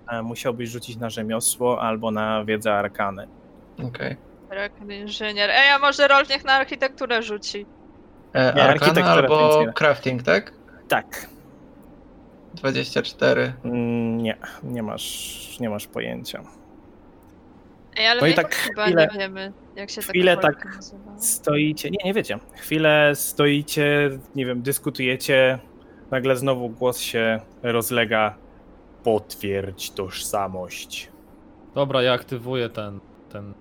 Speaker 2: A Musiałbyś rzucić na rzemiosło albo na wiedzę arkany.
Speaker 6: Okej.
Speaker 5: Rakun inżynier. Ej, a może Rolf niech na architekturę rzuci.
Speaker 6: E,
Speaker 2: Nie,
Speaker 6: Arkana
Speaker 2: architektura to
Speaker 6: albo
Speaker 2: nic nie.
Speaker 6: crafting, tak?
Speaker 2: Tak.
Speaker 6: 24.
Speaker 2: Mm, Nie, nie masz, nie masz pojęcia.
Speaker 5: Ej, ale
Speaker 2: No i
Speaker 5: my
Speaker 2: tak
Speaker 5: chyba
Speaker 2: chwilę-
Speaker 5: nie wiemy, jak się
Speaker 2: chwilę
Speaker 5: taka
Speaker 2: tak
Speaker 5: tak nazywa.
Speaker 2: Stoicie, nie, nie wiecie. Chwilę stoicie, nie wiem, dyskutujecie. Nagle znowu głos się rozlega. Potwierdź tożsamość.
Speaker 4: Dobra, ja aktywuję ten. ten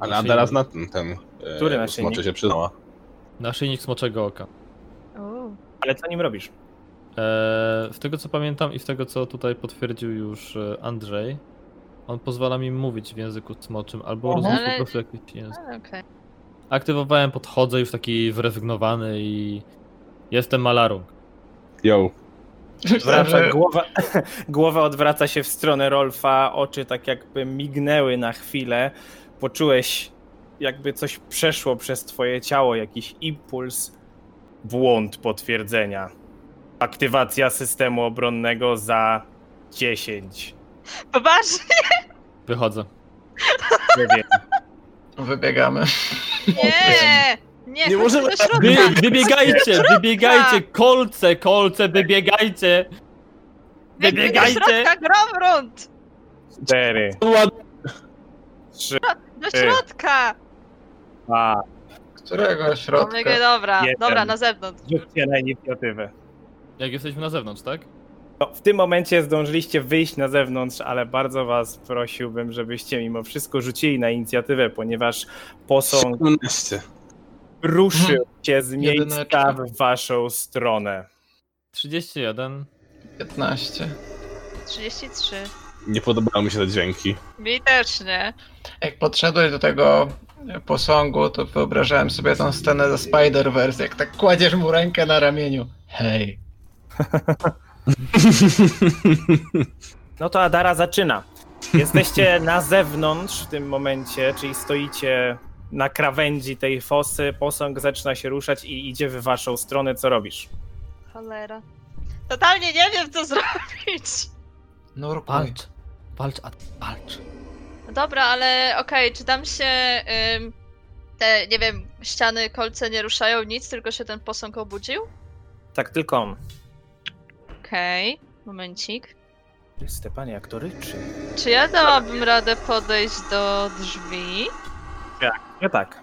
Speaker 3: Ale
Speaker 4: naszyjnik-
Speaker 3: Adara zna ten, ten e,
Speaker 2: Który naszyjnik?
Speaker 3: smoczy się przyznała.
Speaker 4: Naszyjnik smoczego oka.
Speaker 5: Uuu.
Speaker 2: Ale co nim robisz?
Speaker 4: E, w tego co pamiętam i w tego co tutaj potwierdził już e, Andrzej, on pozwala mi mówić w języku smoczym albo
Speaker 6: Mhm.
Speaker 4: rozumieć
Speaker 5: Ale-
Speaker 4: po prostu jakiś język.
Speaker 5: A, okej.
Speaker 4: Aktywowałem, podchodzę już taki wyrezygnowany i jestem malarung.
Speaker 3: Yo,
Speaker 2: Wraca,
Speaker 6: Że-
Speaker 2: głowa, głowa odwraca się w stronę Rolfa, oczy tak jakby mignęły na chwilę. Poczułeś, jakby coś przeszło przez twoje ciało, jakiś impuls. Błąd potwierdzenia. Aktywacja systemu obronnego za 10.
Speaker 5: Poważnie?
Speaker 4: Wychodzę.
Speaker 2: Nie wiem.
Speaker 6: Wybiegamy.
Speaker 5: Nie! Nie,
Speaker 3: Nie
Speaker 5: chodźmy
Speaker 3: możemy-
Speaker 2: tak
Speaker 5: do środka.
Speaker 4: Wy, wybiegajcie, wybiegajcie, kolce, kolce, wybiegajcie.
Speaker 5: Biegnij
Speaker 4: wybiegajcie!
Speaker 5: Do środka, Gromrund!
Speaker 2: Cztery,
Speaker 3: Ładnie.
Speaker 2: trzy,
Speaker 5: Do
Speaker 2: Ty.
Speaker 5: środka!
Speaker 2: dwa.
Speaker 6: Którego środka?
Speaker 5: Omega, dobra,
Speaker 2: Jeden.
Speaker 5: dobra, na zewnątrz.
Speaker 2: Rzućcie na inicjatywę.
Speaker 4: Jak jesteśmy na zewnątrz, tak?
Speaker 2: No, w tym momencie zdążyliście wyjść na zewnątrz, ale bardzo was prosiłbym, żebyście mimo wszystko rzucili na inicjatywę, ponieważ posąg
Speaker 3: 17.
Speaker 2: ruszył się z miejsca
Speaker 6: Jedyneczka.
Speaker 2: w waszą stronę.
Speaker 4: 31.
Speaker 6: 15.
Speaker 5: 33.
Speaker 3: Nie podobały mi się te dźwięki.
Speaker 5: Mi też nie.
Speaker 6: Jak podszedłeś do tego posągu, to wyobrażałem sobie tą scenę ze Spider-Verse, jak tak kładziesz mu rękę na ramieniu. Hej.
Speaker 2: No to Adara zaczyna. Jesteście na zewnątrz w tym momencie, czyli stoicie na krawędzi tej fosy, posąg zaczyna się ruszać i idzie w waszą stronę. Co robisz?
Speaker 5: Cholera. Totalnie nie wiem, co zrobić.
Speaker 6: Nurkuj.
Speaker 4: Walcz, walcz, a walcz.
Speaker 5: No Dobra, ale okej, czy tam się ym, te, nie wiem, ściany, kolce nie ruszają, nic, tylko się ten posąg obudził?
Speaker 2: Tak tylko on.
Speaker 5: Okej, momencik.
Speaker 2: Chryste, panie, jak to ryczy.
Speaker 5: Czy ja dałabym radę podejść do drzwi?
Speaker 2: No tak.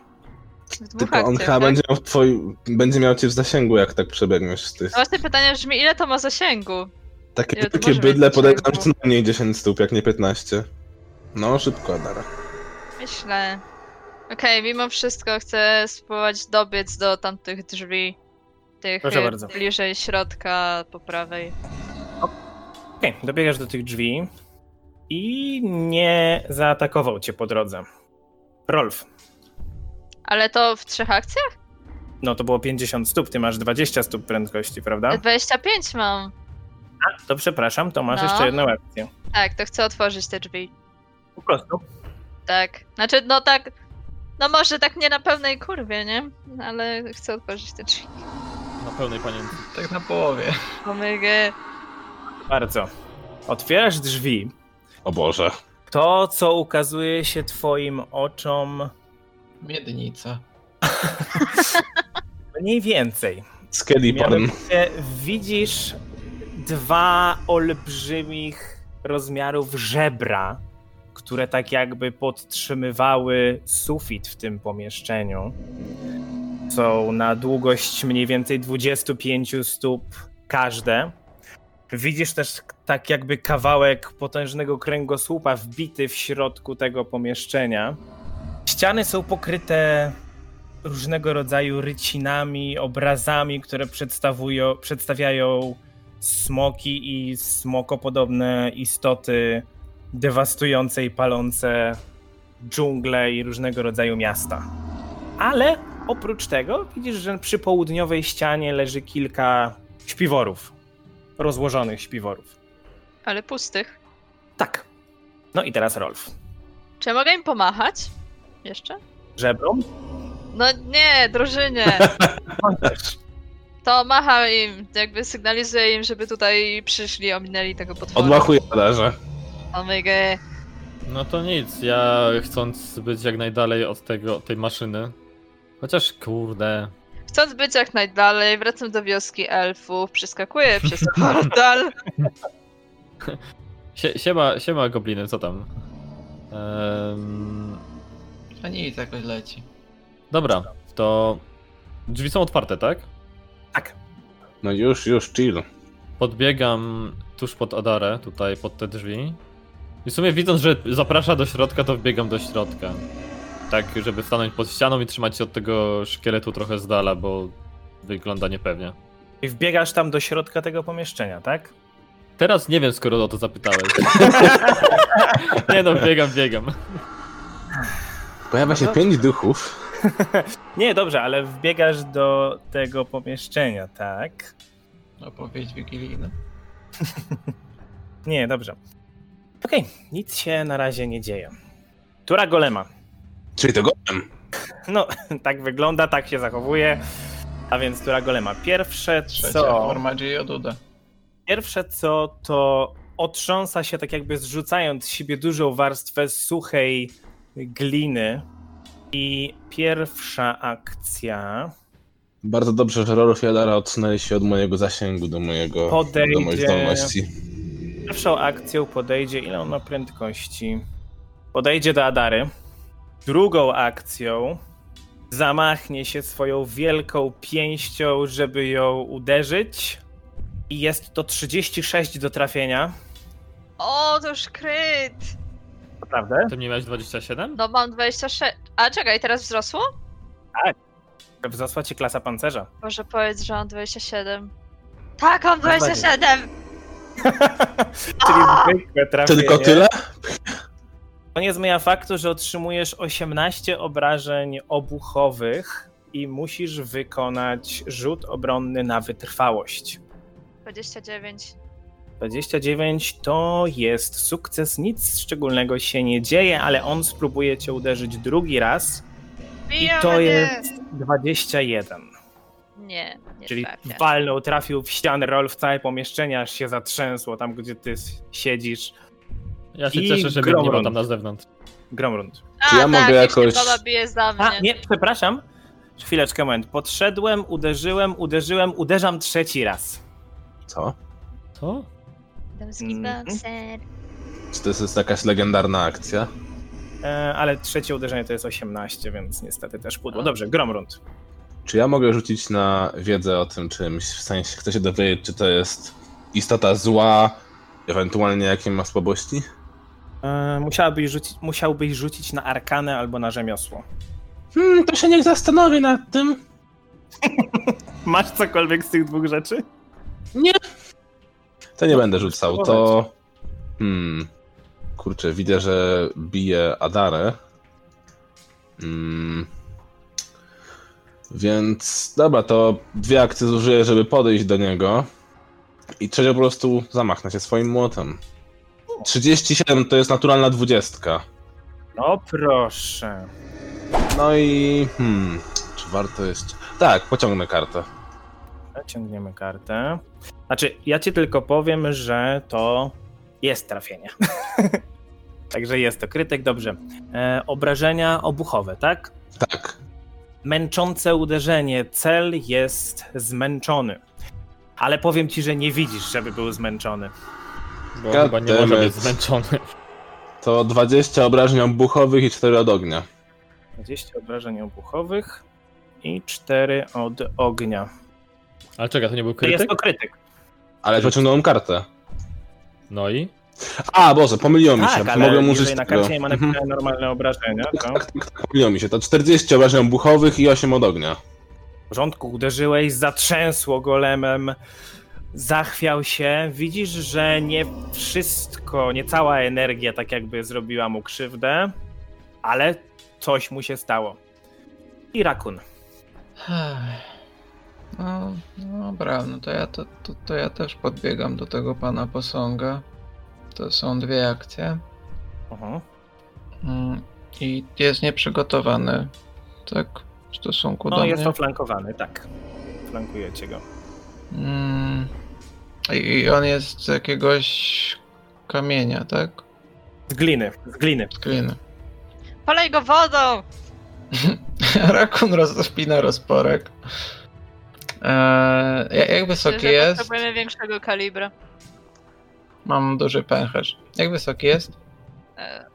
Speaker 5: W dwóch
Speaker 3: Tylko on
Speaker 5: akcjach,
Speaker 3: chyba
Speaker 5: tak?
Speaker 3: będzie miał, twoi, będzie miał cię w zasięgu, jak tak przebiegniesz. To jest
Speaker 5: No właśnie pytanie brzmi, ile to ma zasięgu?
Speaker 3: takie
Speaker 5: ile to
Speaker 3: wielkie
Speaker 5: może
Speaker 3: bydle,
Speaker 5: mieć
Speaker 3: podejrzewam, że co
Speaker 5: zasięgu?
Speaker 3: najmniej 10 stóp, jak nie 15. No, szybko, Adara.
Speaker 5: Myślę. Okej, mimo wszystko chcę spróbować dobiec do tamtych drzwi. Tych
Speaker 2: Proszę
Speaker 5: y,
Speaker 2: bardzo.
Speaker 5: bliżej środka po prawej.
Speaker 2: Okej, dobiegasz do tych drzwi i nie zaatakował cię po drodze. Rolf,
Speaker 5: Ale to w trzech akcjach?
Speaker 2: no to było 50 stóp, ty masz 20 stóp prędkości, prawda?
Speaker 5: 25 mam.
Speaker 2: To przepraszam, to masz
Speaker 5: No.
Speaker 2: jeszcze jedną akcję.
Speaker 5: Tak, to chcę otworzyć te drzwi.
Speaker 2: Po prostu.
Speaker 5: Tak. Znaczy, no tak. No może tak nie na pełnej kurwie, nie? Ale chcę otworzyć te drzwi.
Speaker 4: Na pełnej panienki.
Speaker 6: Tak na połowie.
Speaker 5: Omega.
Speaker 2: Bardzo. Otwierasz drzwi.
Speaker 3: O Boże.
Speaker 2: To, co ukazuje się twoim oczom,
Speaker 6: Miednica.
Speaker 2: mniej więcej.
Speaker 3: Skelly porn.
Speaker 2: Mianowicie widzisz dwa olbrzymich rozmiarów żebra, które tak jakby podtrzymywały sufit w tym pomieszczeniu. Są na długość mniej więcej 25 stóp każde. Widzisz też tak jakby kawałek potężnego kręgosłupa wbity w środku tego pomieszczenia. Ściany są pokryte różnego rodzaju rycinami, obrazami, które przedstawują, przedstawiają smoki i smokopodobne istoty dewastujące i palące dżungle i różnego rodzaju miasta. Ale oprócz tego widzisz, że przy południowej ścianie leży kilka śpiworów, rozłożonych śpiworów.
Speaker 5: Ale pustych.
Speaker 2: Tak. No i teraz Rolf.
Speaker 5: Czy ja mogę im pomachać? Jeszcze?
Speaker 2: Żebrom?
Speaker 5: No nie, drużynie. To macha im, jakby sygnalizuje im, żeby tutaj przyszli, ominęli tego potwora. Oh
Speaker 3: Odmachuję Adarze.
Speaker 5: Omega.
Speaker 4: No to nic, ja chcąc być jak najdalej od tego, tej maszyny. Chociaż kurde.
Speaker 5: Chcąc być jak najdalej, wracam do wioski elfów, przeskakuję przez portal.
Speaker 4: Sie, siema, siema gobliny, co tam? Ehm,
Speaker 6: A nic, jakoś leci.
Speaker 4: dobra, to drzwi są otwarte, tak?
Speaker 2: Tak.
Speaker 3: No już, już, chill.
Speaker 4: Podbiegam tuż pod Adarę, tutaj pod te drzwi. I w sumie widząc, że zaprasza do środka, to wbiegam do środka. Tak, żeby stanąć pod ścianą i trzymać się od tego szkieletu trochę z dala, bo wygląda niepewnie.
Speaker 2: I wbiegasz tam do środka tego pomieszczenia, tak?
Speaker 4: Teraz nie wiem, skoro o to zapytałeś. nie no, biegam, biegam.
Speaker 3: Pojawia się
Speaker 5: No
Speaker 3: pięć duchów.
Speaker 2: Nie, dobrze, ale wbiegasz do tego pomieszczenia, tak?
Speaker 6: No, Opowieść wigilijna.
Speaker 2: Nie, dobrze. Okej, nic się na razie nie dzieje. Tura golema.
Speaker 3: Czyli to golem.
Speaker 2: No, tak wygląda, tak się zachowuje. A więc tura golema. Pierwsze
Speaker 6: Trzecia
Speaker 2: co,
Speaker 6: forma Gio Duda.
Speaker 2: pierwsze co to otrząsa się tak jakby zrzucając z siebie dużą warstwę suchej gliny I pierwsza akcja
Speaker 3: Bardzo dobrze, że Rolf i Adara odsunęli się od mojego zasięgu do mojego
Speaker 2: Podejdzie.
Speaker 3: do moich zdolności.
Speaker 2: Pierwszą akcją podejdzie, ile on ma prędkości? Podejdzie do Adary. Drugą akcją zamachnie się swoją wielką pięścią, żeby ją uderzyć. I jest to 36 do trafienia.
Speaker 5: O, to już kryt!
Speaker 2: Naprawdę?
Speaker 4: Ty mnie miałeś 27?
Speaker 5: No mam 26. A czekaj, teraz wzrosło?
Speaker 2: Wzrosła ci klasa pancerza.
Speaker 5: Może powiedz, że mam 27. Tak, mam
Speaker 2: Dokładnie.
Speaker 5: 27!
Speaker 2: Czyli zwykłe trafienie.
Speaker 3: Tylko tyle?
Speaker 2: To nie zmienia faktu, że otrzymujesz 18 obrażeń obuchowych i musisz wykonać rzut obronny na wytrwałość.
Speaker 5: 29.
Speaker 2: 29 to jest sukces, nic szczególnego się nie dzieje, ale on spróbuje cię uderzyć drugi raz i
Speaker 5: Biją
Speaker 2: to
Speaker 5: mnie!
Speaker 2: jest 21.
Speaker 5: Nie, nie
Speaker 2: Czyli
Speaker 5: trafia.
Speaker 2: walnął, trafił w ścianę, rol w całe pomieszczenie, aż się zatrzęsło tam, gdzie ty s- siedzisz.
Speaker 4: Ja się
Speaker 2: I
Speaker 4: cieszę, że
Speaker 2: Gromrund.
Speaker 4: biegnie bo tam na zewnątrz.
Speaker 2: Gromrund.
Speaker 5: A,
Speaker 3: Czy ja mogę
Speaker 5: tak, jeśli
Speaker 3: jakoś-
Speaker 5: Baba bije za mnie.
Speaker 2: A, nie, przepraszam. Chwileczkę, moment. Podszedłem, uderzyłem, uderzyłem, uderzam trzeci raz.
Speaker 3: Co?
Speaker 4: Co?
Speaker 5: Damski
Speaker 2: Mhm.
Speaker 3: Mm.
Speaker 5: boxer.
Speaker 3: Czy to jest jakaś legendarna akcja?
Speaker 2: E, ale trzecie uderzenie to jest 18, więc niestety też pudło. Dobrze, Gromrund.
Speaker 3: Czy ja mogę rzucić na wiedzę o tym czymś? W sensie, chcę się dowiedzieć, czy to jest istota zła, ewentualnie jakie ma słabości?
Speaker 2: E, musiałbyś, rzucić, musiałbyś rzucić na arkanę albo na rzemiosło.
Speaker 3: Hmm, to się niech zastanowi nad tym.
Speaker 2: Masz cokolwiek z tych dwóch rzeczy?
Speaker 3: To nie będę rzucał, to... Hmm... Kurczę, widzę, że bije Adarę. Hmm... Więc... Dobra, to dwie akcje zużyję, żeby podejść do niego. I trzecia po prostu zamachnę się swoim młotem. 37 to jest naturalna dwudziestka.
Speaker 2: No proszę.
Speaker 3: No i hmm, czy warto jest. Tak, pociągnę kartę.
Speaker 2: Ciągniemy kartę. Znaczy, ja ci tylko powiem, że to jest trafienie. Także jest to krytyk, dobrze. E, obrażenia obuchowe, tak?
Speaker 3: Tak.
Speaker 2: Męczące uderzenie. Cel jest zmęczony. Ale powiem ci, że nie widzisz, żeby był zmęczony.
Speaker 4: Bo
Speaker 3: God
Speaker 4: chyba nie
Speaker 3: damn
Speaker 4: może
Speaker 3: it.
Speaker 4: być zmęczony.
Speaker 3: To 20 obrażeń obuchowych i 4 od ognia.
Speaker 2: 20 obrażeń obuchowych i 4 od ognia.
Speaker 4: Ale czekaj, to nie był
Speaker 2: To Jest
Speaker 4: krytyk?
Speaker 2: to krytyk.
Speaker 3: Ale pociągnąłem kartę.
Speaker 4: No i?
Speaker 3: A, Boże, pomyliło mi się.
Speaker 2: Tak,
Speaker 3: to
Speaker 2: ale
Speaker 3: Mogłem
Speaker 2: jeżeli
Speaker 3: użyć
Speaker 2: na
Speaker 3: tego.
Speaker 2: karcie nie ma
Speaker 3: Mhm.
Speaker 2: napisane normalne obrażenia,
Speaker 3: Tak,
Speaker 2: to...
Speaker 3: tak, tak, tak, pomyliło mi się. To 40 obrażeń obuchowych i 8 od ognia.
Speaker 2: porządku, uderzyłeś, zatrzęsło golemem, zachwiał się. Widzisz, że nie wszystko, nie cała energia tak jakby zrobiła mu krzywdę, ale coś mu się stało. I rakun.
Speaker 6: No, no dobra, no to ja, to, to, to ja też podbiegam do tego pana posąga. To są dwie akcje.
Speaker 2: Mhm.
Speaker 6: Mm, I jest nieprzygotowany, tak? W stosunku do
Speaker 2: No jest
Speaker 6: mnie.
Speaker 2: oflankowany, tak. Flankujecie go.
Speaker 6: Mm, I i on jest z jakiegoś kamienia, tak?
Speaker 2: Z gliny, z gliny.
Speaker 6: Z gliny.
Speaker 5: Polej go wodą!
Speaker 6: Rakun rozpina rozporek. Eee, ja- jak wysoki
Speaker 5: Że
Speaker 6: jest?
Speaker 5: Potrzebujemy większego kalibra.
Speaker 6: Mam duży pęcherz. Jak wysoki jest?
Speaker 5: E,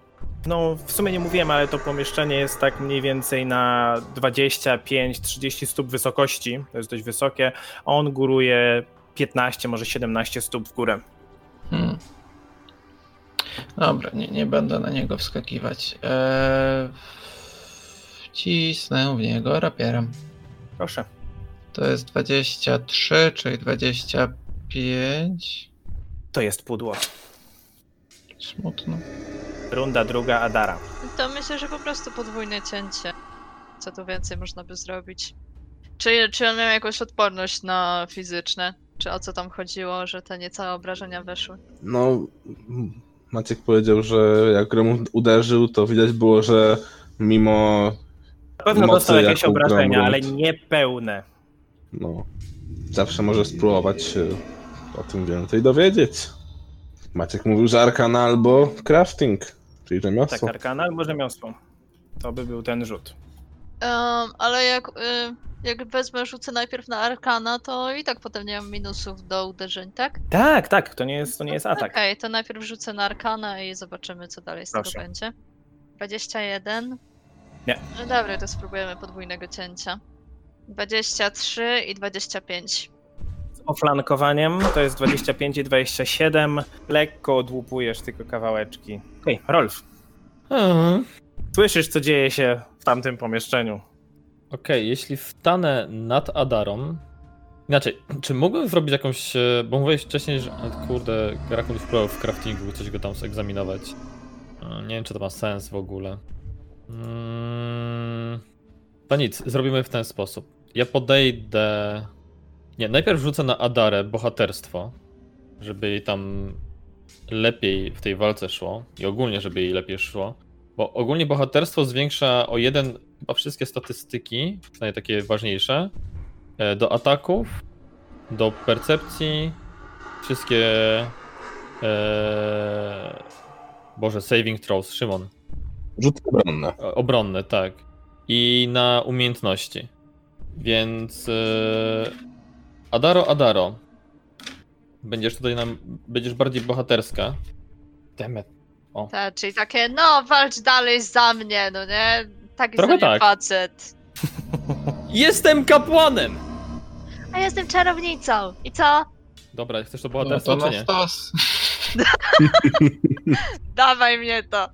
Speaker 2: No w sumie nie mówiłem, ale to pomieszczenie jest tak mniej więcej na 25-30 stóp wysokości. To jest dość wysokie. On góruje 15, może 17 stóp w górę.
Speaker 6: Hmm. Dobra, nie, nie będę na niego wskakiwać. Eee, wcisnę w niego rapierem.
Speaker 2: Proszę.
Speaker 6: To jest 23, czyli 25.
Speaker 2: To jest pudło.
Speaker 6: Smutno.
Speaker 2: Runda druga Adara.
Speaker 5: To myślę, że po prostu podwójne cięcie. Co tu więcej można by zrobić? Czy, czy on miał jakąś odporność na fizyczne? Czy o co tam chodziło, że te niecałe obrażenia weszły?
Speaker 3: No, Maciek powiedział, że jak Romu uderzył, to widać było, że mimo.
Speaker 2: Na pewno
Speaker 3: Mocy
Speaker 2: dostał jakieś
Speaker 3: jak u
Speaker 2: obrażenia,
Speaker 3: Gromrund.
Speaker 2: ale niepełne.
Speaker 3: No, zawsze może spróbować się o tym więcej dowiedzieć. Maciek mówił, że arkana albo crafting, czyli
Speaker 2: Tak,
Speaker 3: rzemiosło.
Speaker 2: Arkana albo rzemiosło. To by był ten rzut.
Speaker 5: Em, ale jak, y, jak wezmę, rzucę najpierw na arkana, to i tak potem nie mam minusów do uderzeń, tak?
Speaker 2: Tak, tak, to nie jest, to nie jest atak.
Speaker 5: Okej, to najpierw rzucę na arkana i zobaczymy, co dalej z
Speaker 2: Proszę.
Speaker 5: tego będzie. 21.
Speaker 2: Nie.
Speaker 5: No dobra, to spróbujemy podwójnego cięcia. 23 i 25.
Speaker 2: Z oflankowaniem to jest 25 i 27. Lekko odłupujesz tylko kawałeczki. Okej, Rolf,
Speaker 4: Okej,
Speaker 2: słyszysz, co dzieje się w tamtym pomieszczeniu.
Speaker 4: jeśli wstanę nad Adarą. Inaczej, czy mógłbym zrobić jakąś. e, Bo mówiłeś wcześniej, że. a, Kurde, Grakul wpływał w craftingu, coś go tam egzaminować. E, Nie wiem, czy to ma sens w ogóle. Mm, To nic, zrobimy w ten sposób. Ja podejdę. Nie, najpierw rzucę na Adarę bohaterstwo, żeby jej tam lepiej w tej walce szło i ogólnie, żeby jej lepiej szło. Bo ogólnie bohaterstwo zwiększa o jeden chyba wszystkie statystyki, przynajmniej takie ważniejsze, e, do ataków, do percepcji, wszystkie. E... Boże, saving throws, Szymon.
Speaker 3: Rzut obronny.
Speaker 4: O- Obronne, tak. I na umiejętności. Więc. e, Adaro, Adaro. Będziesz tutaj nam. Będziesz bardziej bohaterska. Demet.
Speaker 5: Tak, czyli takie, no walcz dalej za mnie, no nie? Tak jest
Speaker 4: Trochę
Speaker 5: ze mnie
Speaker 4: tak.
Speaker 5: facet.
Speaker 4: Jestem kapłanem!
Speaker 5: A ja jestem czarownicą. I co?
Speaker 4: Dobra, chcesz to
Speaker 6: No
Speaker 4: bohaterstwo,
Speaker 6: to
Speaker 4: czy
Speaker 6: na
Speaker 4: nie?
Speaker 6: stos.
Speaker 5: Dawaj mnie to.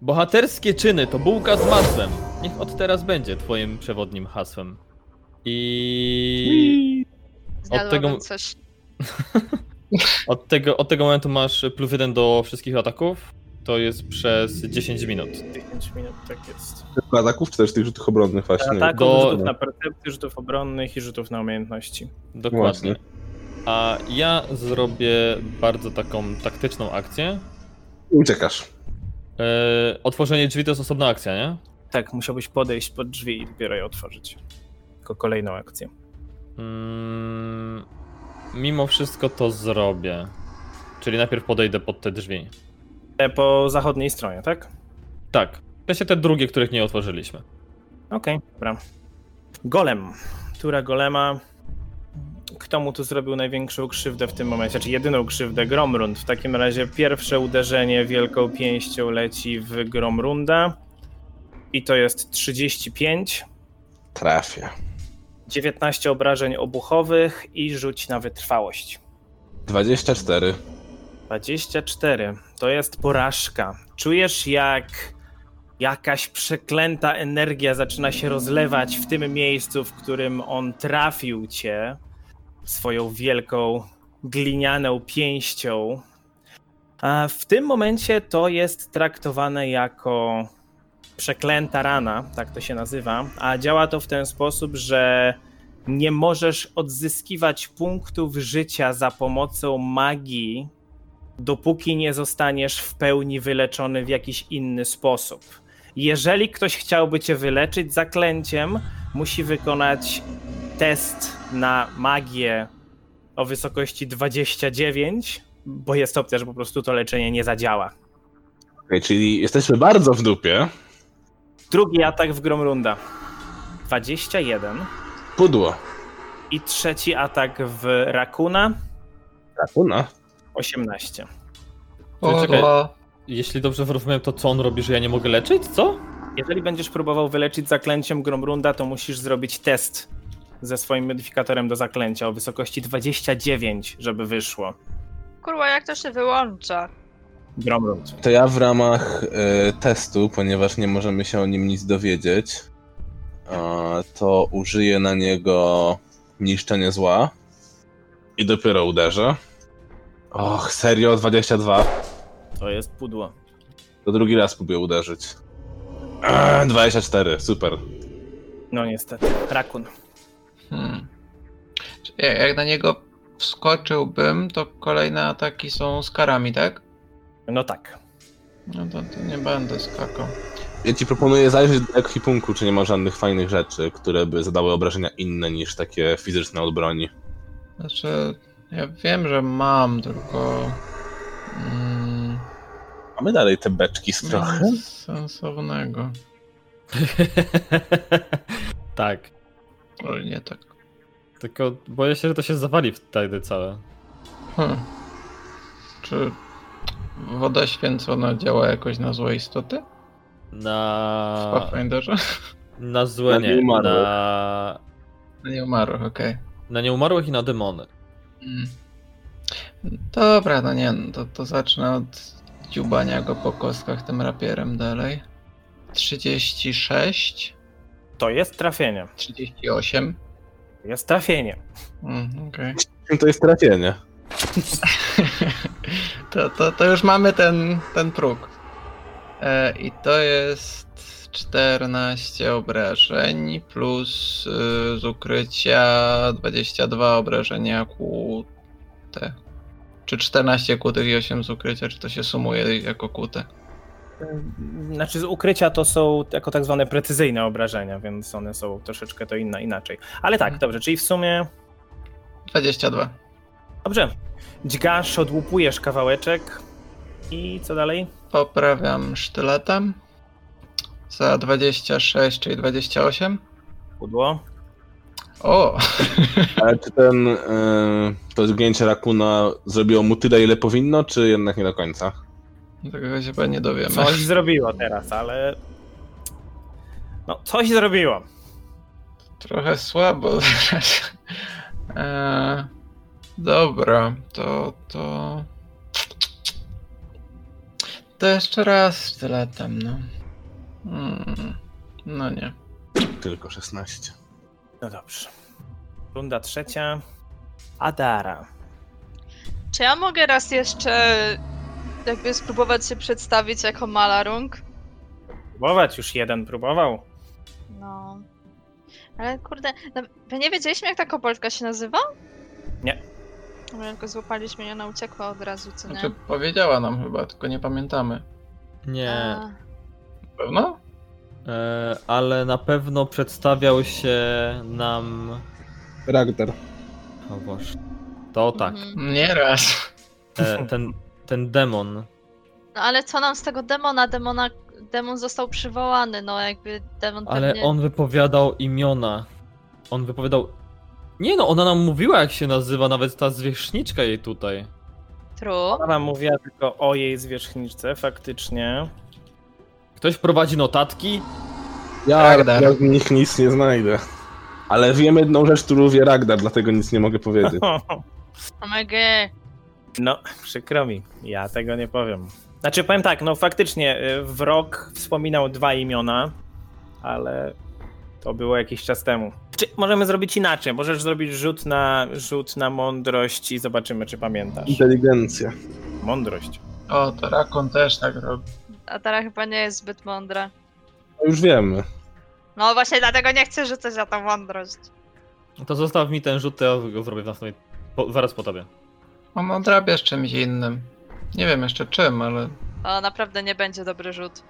Speaker 4: Bohaterskie czyny to bułka z masłem. Niech od teraz będzie twoim przewodnim hasłem. I
Speaker 5: Zjadłabym
Speaker 4: tego-
Speaker 5: coś.
Speaker 4: od tego, od tego momentu masz plus jeden do wszystkich ataków. To jest przez 10 minut.
Speaker 2: 5 minut, tak jest.
Speaker 3: Tylko ataków, czy też tych rzutów obronnych właśnie?
Speaker 2: Ataków,
Speaker 4: Do-
Speaker 2: rzutów na percepcję, rzutów obronnych i rzutów na umiejętności.
Speaker 4: Dokładnie.
Speaker 3: Właśnie.
Speaker 4: A ja zrobię bardzo taką taktyczną akcję.
Speaker 3: Uciekasz.
Speaker 4: Yy, otworzenie drzwi to jest osobna akcja, nie?
Speaker 2: Tak, musiałbyś podejść pod drzwi i dopiero je otworzyć. Tylko kolejną akcję.
Speaker 4: Mm, mimo wszystko to zrobię. Czyli najpierw podejdę pod te drzwi.
Speaker 2: Te E, po zachodniej stronie, tak?
Speaker 4: Tak. W sensie te drugie, których nie otworzyliśmy.
Speaker 2: Okej, dobra. Golem. Tura golema. Kto mu tu zrobił największą krzywdę w tym momencie? Czy jedyną krzywdę? Gromrund. W takim razie pierwsze uderzenie wielką pięścią leci w Gromrunda. I to jest 35.
Speaker 3: Trafię.
Speaker 2: 19 obrażeń obuchowych i rzuć na wytrwałość.
Speaker 3: 24.
Speaker 2: 24. To jest porażka. Czujesz, jak jakaś przeklęta energia zaczyna się rozlewać w tym miejscu, w którym on trafił cię swoją wielką glinianą pięścią. A w tym momencie to jest traktowane jako przeklęta rana, tak to się nazywa, a działa to w ten sposób, że nie możesz odzyskiwać punktów życia za pomocą magii, dopóki nie zostaniesz w pełni wyleczony w jakiś inny sposób. Jeżeli ktoś chciałby cię wyleczyć zaklęciem, musi wykonać test na magię o wysokości 29, bo jest opcja, że po prostu to leczenie nie zadziała.
Speaker 3: Okej, czyli jesteśmy bardzo w dupie.
Speaker 2: Drugi atak w Gromrunda 21
Speaker 3: Pudło.
Speaker 2: i trzeci atak w Rakuna
Speaker 3: Rakuna.
Speaker 2: 18.
Speaker 6: Orła.
Speaker 4: Jeśli dobrze zrozumiałem, to co on robi, że ja nie mogę leczyć? Co?
Speaker 2: Jeżeli będziesz próbował wyleczyć zaklęciem Gromrunda, to musisz zrobić test ze swoim modyfikatorem do zaklęcia o wysokości 29, żeby wyszło.
Speaker 5: Kurwa, jak to się wyłącza?
Speaker 2: Gromrund.
Speaker 3: To ja w ramach e, testu, ponieważ nie możemy się o nim nic dowiedzieć, e, to użyję na niego niszczenie zła i dopiero uderzę. Och, serio? 22.
Speaker 2: To jest pudło.
Speaker 3: To drugi raz próbuję uderzyć. Eee, 24, super.
Speaker 2: No niestety. Rakun.
Speaker 6: Hmm. Czyli Jak na niego wskoczyłbym, to kolejne ataki są z karami, tak?
Speaker 2: No tak.
Speaker 6: No to, to nie będę skakał.
Speaker 3: Ja ci proponuję zajrzeć do ekwipunku, czy nie ma żadnych fajnych rzeczy, które by zadały obrażenia inne niż takie fizyczne od broni.
Speaker 6: Znaczy, ja wiem, że mam, tylko. Mm,
Speaker 3: Mamy dalej te beczki z
Speaker 6: nic
Speaker 3: prochem.
Speaker 6: sensownego.
Speaker 4: tak.
Speaker 6: Ale nie tak.
Speaker 4: Tylko boję się, że to się zawali wtedy całe.
Speaker 6: Hmm. Czy woda święcona działa jakoś na złe istoty? W
Speaker 4: Na.
Speaker 6: Pathfinderze?
Speaker 4: Na złe
Speaker 3: Na
Speaker 4: nie.
Speaker 3: nieumarłych.
Speaker 4: Na...
Speaker 6: Na nieumarłych, okej.
Speaker 4: na nieumarłych i na demony.
Speaker 6: Mm. Dobra, no nie, no to, to zacznę od dziubania go po kostkach tym rapierem dalej. 36,
Speaker 2: To jest trafienie.
Speaker 6: 38.
Speaker 2: To Jest trafienie.
Speaker 6: Mm, okej.
Speaker 3: No To jest trafienie.
Speaker 6: to, to, to już mamy ten, ten próg. E, I to jest 14 obrażeń plus y, z ukrycia 22 obrażenia kłute. Czy 14 kłutych i 8 z ukrycia, czy to się sumuje jako kłute?
Speaker 2: Znaczy z ukrycia to są jako tak zwane precyzyjne obrażenia, więc one są troszeczkę to inna, inaczej. Ale tak,
Speaker 6: Mhm.
Speaker 2: dobrze, czyli w sumie
Speaker 6: 22.
Speaker 2: Dobrze. Dźgasz, odłupujesz kawałeczek. I co dalej?
Speaker 6: Poprawiam sztyletem za 26, czyli 28.
Speaker 2: Pudło.
Speaker 6: O!
Speaker 3: Ale czy ten, e, to zgnięcie rakuna zrobiło mu tyle, ile powinno, czy jednak nie do końca?
Speaker 6: Tego się chyba nie dowiemy.
Speaker 2: Coś zrobiło teraz, ale. No, coś zrobiło.
Speaker 6: Trochę słabo teraz. Eee, dobra, to, to... To jeszcze raz sztyletem, no. Mm, no nie.
Speaker 3: Tylko 16.
Speaker 2: No dobrze. Runda trzecia. Adara.
Speaker 5: Czy ja mogę raz jeszcze jakby spróbować się przedstawić jako Malarung?
Speaker 2: Próbować już jeden próbował.
Speaker 5: No. Ale kurde, no, my nie wiedzieliśmy jak ta koboldka się nazywa?
Speaker 2: Nie.
Speaker 5: No, tylko złapaliśmy i ona uciekła od razu, co nie?
Speaker 6: Znaczy, powiedziała nam chyba, tylko nie pamiętamy.
Speaker 4: Nie.
Speaker 5: A,
Speaker 6: Pewno?
Speaker 4: E, ale na pewno przedstawiał się nam.
Speaker 3: Ragdar.
Speaker 4: O Boże. To tak.
Speaker 5: mhm.
Speaker 6: Nie raz.
Speaker 4: E, ten, ten demon.
Speaker 5: No ale co nam z tego demona? Demona, demon został przywołany, no jakby demon
Speaker 4: Ale
Speaker 5: pewnie...
Speaker 4: on wypowiadał imiona. On wypowiadał. Nie no, ona nam mówiła jak się nazywa, nawet ta zwierzchniczka jej tutaj.
Speaker 5: True.
Speaker 2: Ona wam mówiła tylko o jej zwierzchniczce, faktycznie.
Speaker 4: Ktoś prowadzi notatki?
Speaker 3: Ja
Speaker 6: Ragdar.
Speaker 3: ja z nich nic nie znajdę. Ale wiem jedną rzecz, którą wie Ragdar, dlatego nic nie mogę powiedzieć.
Speaker 5: OMG.
Speaker 2: No, przykro mi, ja tego nie powiem. Znaczy powiem tak, no faktycznie y, Wrok wspominał dwa imiona, ale to było jakiś czas temu. Czy możemy zrobić inaczej? Możesz zrobić rzut na rzut na mądrość i zobaczymy, czy pamiętasz.
Speaker 3: Inteligencja.
Speaker 2: Mądrość.
Speaker 6: O, to Rakon też tak robi.
Speaker 5: Atara chyba nie jest zbyt mądra.
Speaker 3: No już wiemy.
Speaker 5: No właśnie dlatego nie chcę rzucać na tą mądrość.
Speaker 4: To zostaw mi ten rzut, to ja go zrobię w następnej... Po, zaraz po tobie.
Speaker 6: On odrabia z czymś innym. Nie wiem jeszcze czym, ale...
Speaker 5: O, naprawdę nie będzie dobry rzut.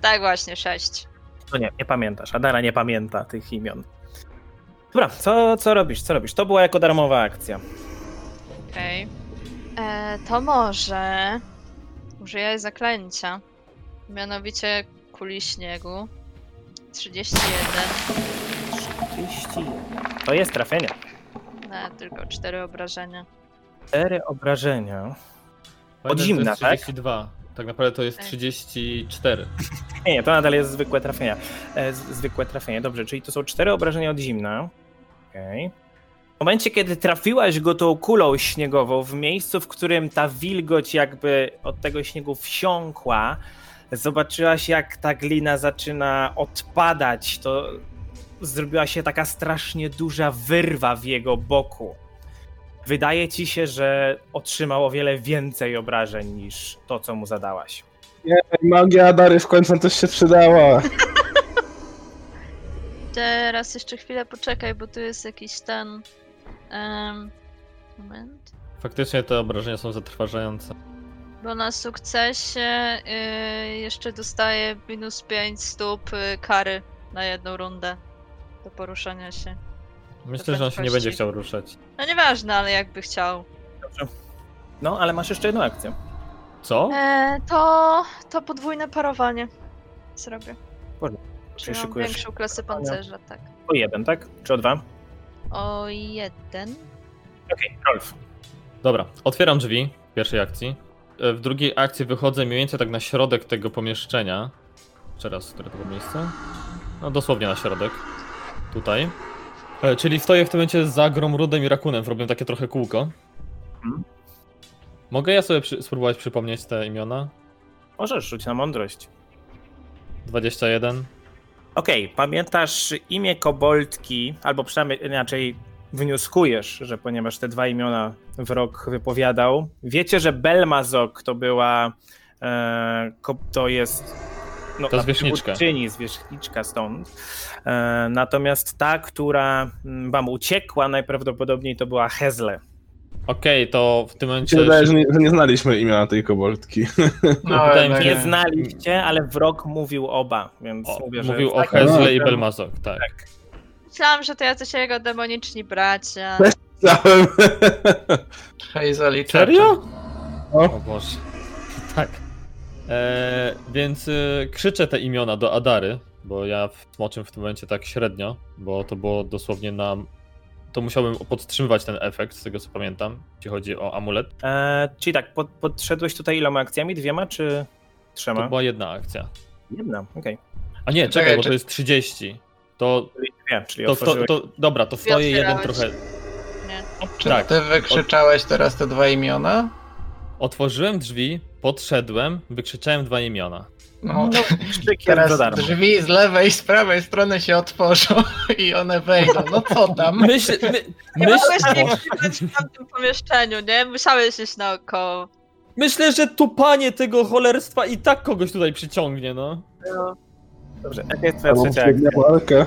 Speaker 5: Tak właśnie, sześć.
Speaker 2: No nie, nie pamiętasz. Adara nie pamięta tych imion. Dobra, co, co robisz? Co robisz? To była jako darmowa akcja.
Speaker 5: Okej. E, To może użyję zaklęcia. Mianowicie kuli śniegu. 31.
Speaker 2: 30. To jest trafienie.
Speaker 5: E, tylko 4 obrażenia.
Speaker 2: Cztery obrażenia.
Speaker 4: Pamiętaj, że
Speaker 2: zimna,
Speaker 4: to jest
Speaker 2: tak?
Speaker 4: 32. Tak naprawdę to jest
Speaker 5: Ej.
Speaker 4: 34.
Speaker 2: Nie, nie, to nadal jest zwykłe trafienia. E, z, zwykłe trafienie, dobrze, czyli to są cztery obrażenia od zimna. Okej. W momencie, kiedy trafiłaś go tą kulą śniegową w miejscu, w którym ta wilgoć jakby od tego śniegu wsiąkła, zobaczyłaś jak ta glina zaczyna odpadać, to zrobiła się taka strasznie duża wyrwa w jego boku. Wydaje ci się, że otrzymał o wiele więcej obrażeń niż to, co mu zadałaś.
Speaker 3: Magia Adary w końcu też się przydała.
Speaker 5: Teraz jeszcze chwilę poczekaj, bo tu jest jakiś ten. em, moment.
Speaker 4: Faktycznie te obrażenia są zatrważające.
Speaker 5: Bo na sukcesie y, jeszcze dostaję minus 5 stóp y, kary na jedną rundę do poruszania się.
Speaker 4: Myślę, że on się nie
Speaker 5: prędkości.
Speaker 4: będzie chciał ruszać.
Speaker 5: No nieważne, ale jakby chciał.
Speaker 2: No, ale masz jeszcze jedną akcję.
Speaker 4: Co?
Speaker 5: E, to, to podwójne parowanie zrobię. Czy mam
Speaker 2: szykujesz
Speaker 5: większą klasę pancerza, tak.
Speaker 2: O jeden, tak? Czy o dwa?
Speaker 5: O jeden.
Speaker 2: Rolf.
Speaker 4: Dobra, otwieram drzwi w pierwszej akcji. E, W drugiej akcji wychodzę mniej więcej tak na środek tego pomieszczenia. Jeszcze raz, które to było miejsce? No dosłownie na środek. Tutaj. E, Czyli stoję w tym momencie za Gromrudem i Rakunem, robię takie trochę kółko.
Speaker 2: Mhm.
Speaker 4: Mogę ja sobie przy, spróbować przypomnieć te imiona?
Speaker 2: Możesz rzuć na mądrość.
Speaker 4: 21.
Speaker 2: Okej, pamiętasz imię koboldki, albo przynajmniej inaczej wnioskujesz, że ponieważ te dwa imiona wrok wypowiadał. Wiecie, że Belmazok to była. E, ko- to jest. No,
Speaker 4: To zwierzchniczka.
Speaker 2: Czyni zwierzchniczka stąd. E, natomiast ta, która mm, wam uciekła, najprawdopodobniej to była Hezle.
Speaker 4: Okej, to w tym
Speaker 3: Mi się
Speaker 4: momencie.
Speaker 3: wydaje, że nie, że nie znaliśmy imienia tej koboldki.
Speaker 6: No,
Speaker 4: Wydaje mi
Speaker 6: jednak
Speaker 4: się,
Speaker 2: Nie
Speaker 4: Okej.
Speaker 2: znaliście, ale wrok mówił oba, więc
Speaker 4: Tak. O,
Speaker 2: mówię, że.
Speaker 4: mówił
Speaker 2: w
Speaker 4: o
Speaker 2: takim
Speaker 4: Hezle i
Speaker 2: razie-
Speaker 4: Belmazok, tak.
Speaker 5: Myślałam, że to jacyś jego demoniczni bracia.
Speaker 3: Też- Całem.
Speaker 6: Hazel i
Speaker 4: Serio?
Speaker 3: No.
Speaker 4: Tak, O Boże. Tak. E, więc y, krzyczę te imiona do Adary, bo ja w- tłumaczę w tym momencie tak średnio, bo to było dosłownie na... To musiałbym podtrzymywać ten efekt, z tego co pamiętam, jeśli chodzi o amulet.
Speaker 2: E, czyli tak, pod, podszedłeś tutaj iloma akcjami? Dwiema czy
Speaker 4: To
Speaker 2: trzema?
Speaker 4: była jedna akcja.
Speaker 2: Jedna, okej.
Speaker 4: A nie, czekaj,
Speaker 6: Czekaj,
Speaker 4: bo
Speaker 6: czy-
Speaker 4: to jest 30. To,
Speaker 2: Dwie, czyli
Speaker 4: to, to,
Speaker 2: otworzyłeś.
Speaker 4: to dobra, to stoję jeden
Speaker 5: otwierałeś.
Speaker 4: trochę...
Speaker 6: Czy
Speaker 4: Tak.
Speaker 6: ty wykrzyczałeś teraz te dwa imiona?
Speaker 4: Otworzyłem drzwi, podszedłem, wykrzyczałem dwa imiona.
Speaker 6: No,
Speaker 2: Krzykiem za
Speaker 6: teraz
Speaker 2: darmo.
Speaker 6: drzwi z lewej i z prawej strony się otworzą i one wejdą. No co tam?
Speaker 4: Myśl... My,
Speaker 5: Nie
Speaker 4: myśl...
Speaker 5: mogłeś nie
Speaker 4: Boże.
Speaker 5: krzyczeć w tamtym pomieszczeniu, nie? Musiałeś iść naokoło.
Speaker 4: Myślę, że tupanie tego cholerstwa i tak kogoś tutaj przyciągnie, no.
Speaker 2: Dobrze, jaka jest twoja trzecia akcja?
Speaker 3: walkę.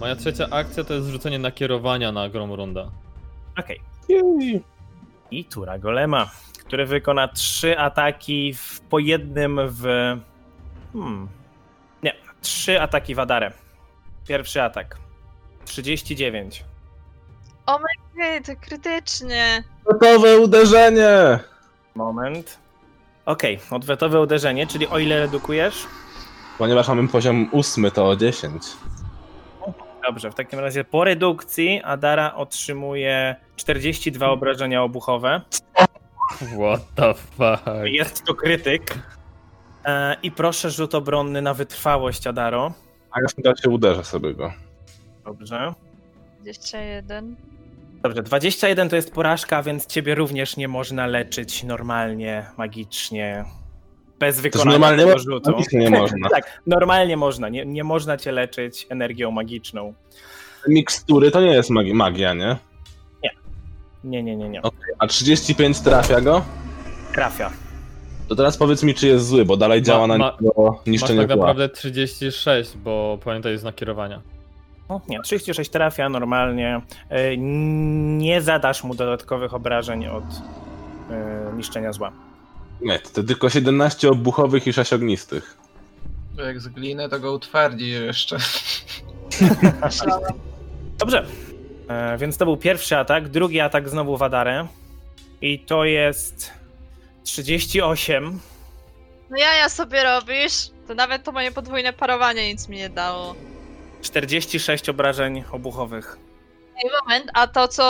Speaker 4: Moja trzecia akcja to jest zrzucenie nakierowania na Gromrunda.
Speaker 2: Okej. I tura golema, który wykona trzy ataki w, po jednym w... Hmm. Nie, trzy ataki w Adarę. Pierwszy atak. 39.
Speaker 5: Ej, to krytycznie.
Speaker 3: Gotowe uderzenie!
Speaker 2: Moment. Okej, odwetowe uderzenie, czyli o ile redukujesz?
Speaker 3: Ponieważ mamy poziom ósmy, to o 10.
Speaker 2: Dobrze, w takim razie po redukcji Adara otrzymuje 42
Speaker 3: Hmm.
Speaker 2: obrażenia obuchowe.
Speaker 4: What the
Speaker 3: Tak.
Speaker 4: fuck?
Speaker 2: Jest to krytyk. E, I proszę rzut obronny na wytrwałość Adaro.
Speaker 3: A ja w tym czasie uderzę sobie go.
Speaker 2: Dobrze.
Speaker 5: 21.
Speaker 2: Dobrze, 21 to jest porażka, więc ciebie również nie można leczyć normalnie, magicznie, bez wykonania
Speaker 3: normalnie
Speaker 2: tego
Speaker 3: mo-
Speaker 2: rzutu.
Speaker 3: magicznie nie można.
Speaker 2: tak, normalnie można. Nie, nie można cię leczyć energią magiczną.
Speaker 3: Te Mikstury to nie jest magi- magia, nie?
Speaker 2: Nie, nie, nie, nie.
Speaker 3: A 35 trafia go?
Speaker 2: Trafia.
Speaker 3: To teraz powiedz mi, czy jest zły, bo dalej działa na
Speaker 4: ma-
Speaker 3: niego
Speaker 4: Masz
Speaker 3: niszczenie
Speaker 4: tak
Speaker 3: tak
Speaker 4: naprawdę 36, bo pamiętaj jest nakierowania.
Speaker 2: No, nie, 36 trafia normalnie. E, Nie zadasz mu dodatkowych obrażeń od e, niszczenia zła.
Speaker 3: Nie, to tylko 17 obuchowych i 6 ognistych.
Speaker 6: Jak z gliny, to go utwardzi jeszcze.
Speaker 5: Myślałam.
Speaker 2: Dobrze. E, Więc to był pierwszy atak. Drugi atak znowu w Adarę. I to jest 38.
Speaker 5: No ja, ja sobie robisz. To nawet to moje podwójne parowanie nic mi nie dało.
Speaker 2: 46 obrażeń obuchowych.
Speaker 5: Ej, moment, a to co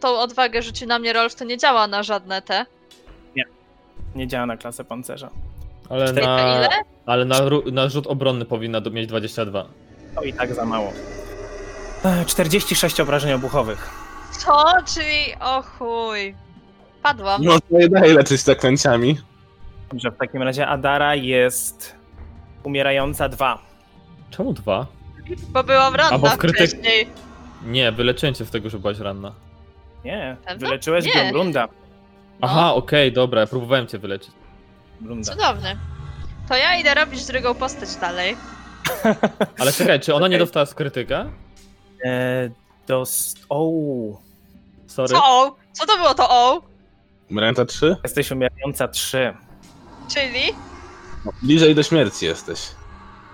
Speaker 5: tą odwagę rzucił na mnie Rolf, to nie działa na żadne te.
Speaker 2: Nie działa na klasę pancerza.
Speaker 4: Ale
Speaker 2: Cztery-
Speaker 5: A
Speaker 4: na,
Speaker 5: ile?
Speaker 4: ale na, ru- na rzut obronny powinna do- mieć 22.
Speaker 2: To i tak za mało. E, 46 obrażeń obuchowych.
Speaker 5: Co? Czyli o chuj. Padłam.
Speaker 3: No to nie daje leczyć zaklęciami.
Speaker 2: Dobrze, w takim razie Adara jest umierająca 2.
Speaker 4: Czemu dwa?
Speaker 5: Bo byłam
Speaker 4: Albo
Speaker 5: ranna
Speaker 4: w krytyk-
Speaker 5: wcześniej.
Speaker 4: Nie, wyleczyłem cię z tego, że byłaś ranna.
Speaker 2: Nie,
Speaker 5: Pewno?
Speaker 2: wyleczyłeś
Speaker 5: Nie.
Speaker 2: Grumrunda.
Speaker 5: No.
Speaker 4: Aha, okej, dobra, ja próbowałem cię wyleczyć.
Speaker 2: Grumrunda.
Speaker 5: Cudowny. To ja idę robić drugą postać dalej.
Speaker 4: Ale czekaj, czy ona nie
Speaker 2: Okej.
Speaker 4: dostała z krytyka?
Speaker 2: E, dos... O,
Speaker 4: Sorry.
Speaker 5: Co o? Co to było to o?
Speaker 3: Ręta 3?
Speaker 2: jesteś umierająca 3.
Speaker 5: Czyli?
Speaker 3: No, Bliżej do śmierci jesteś.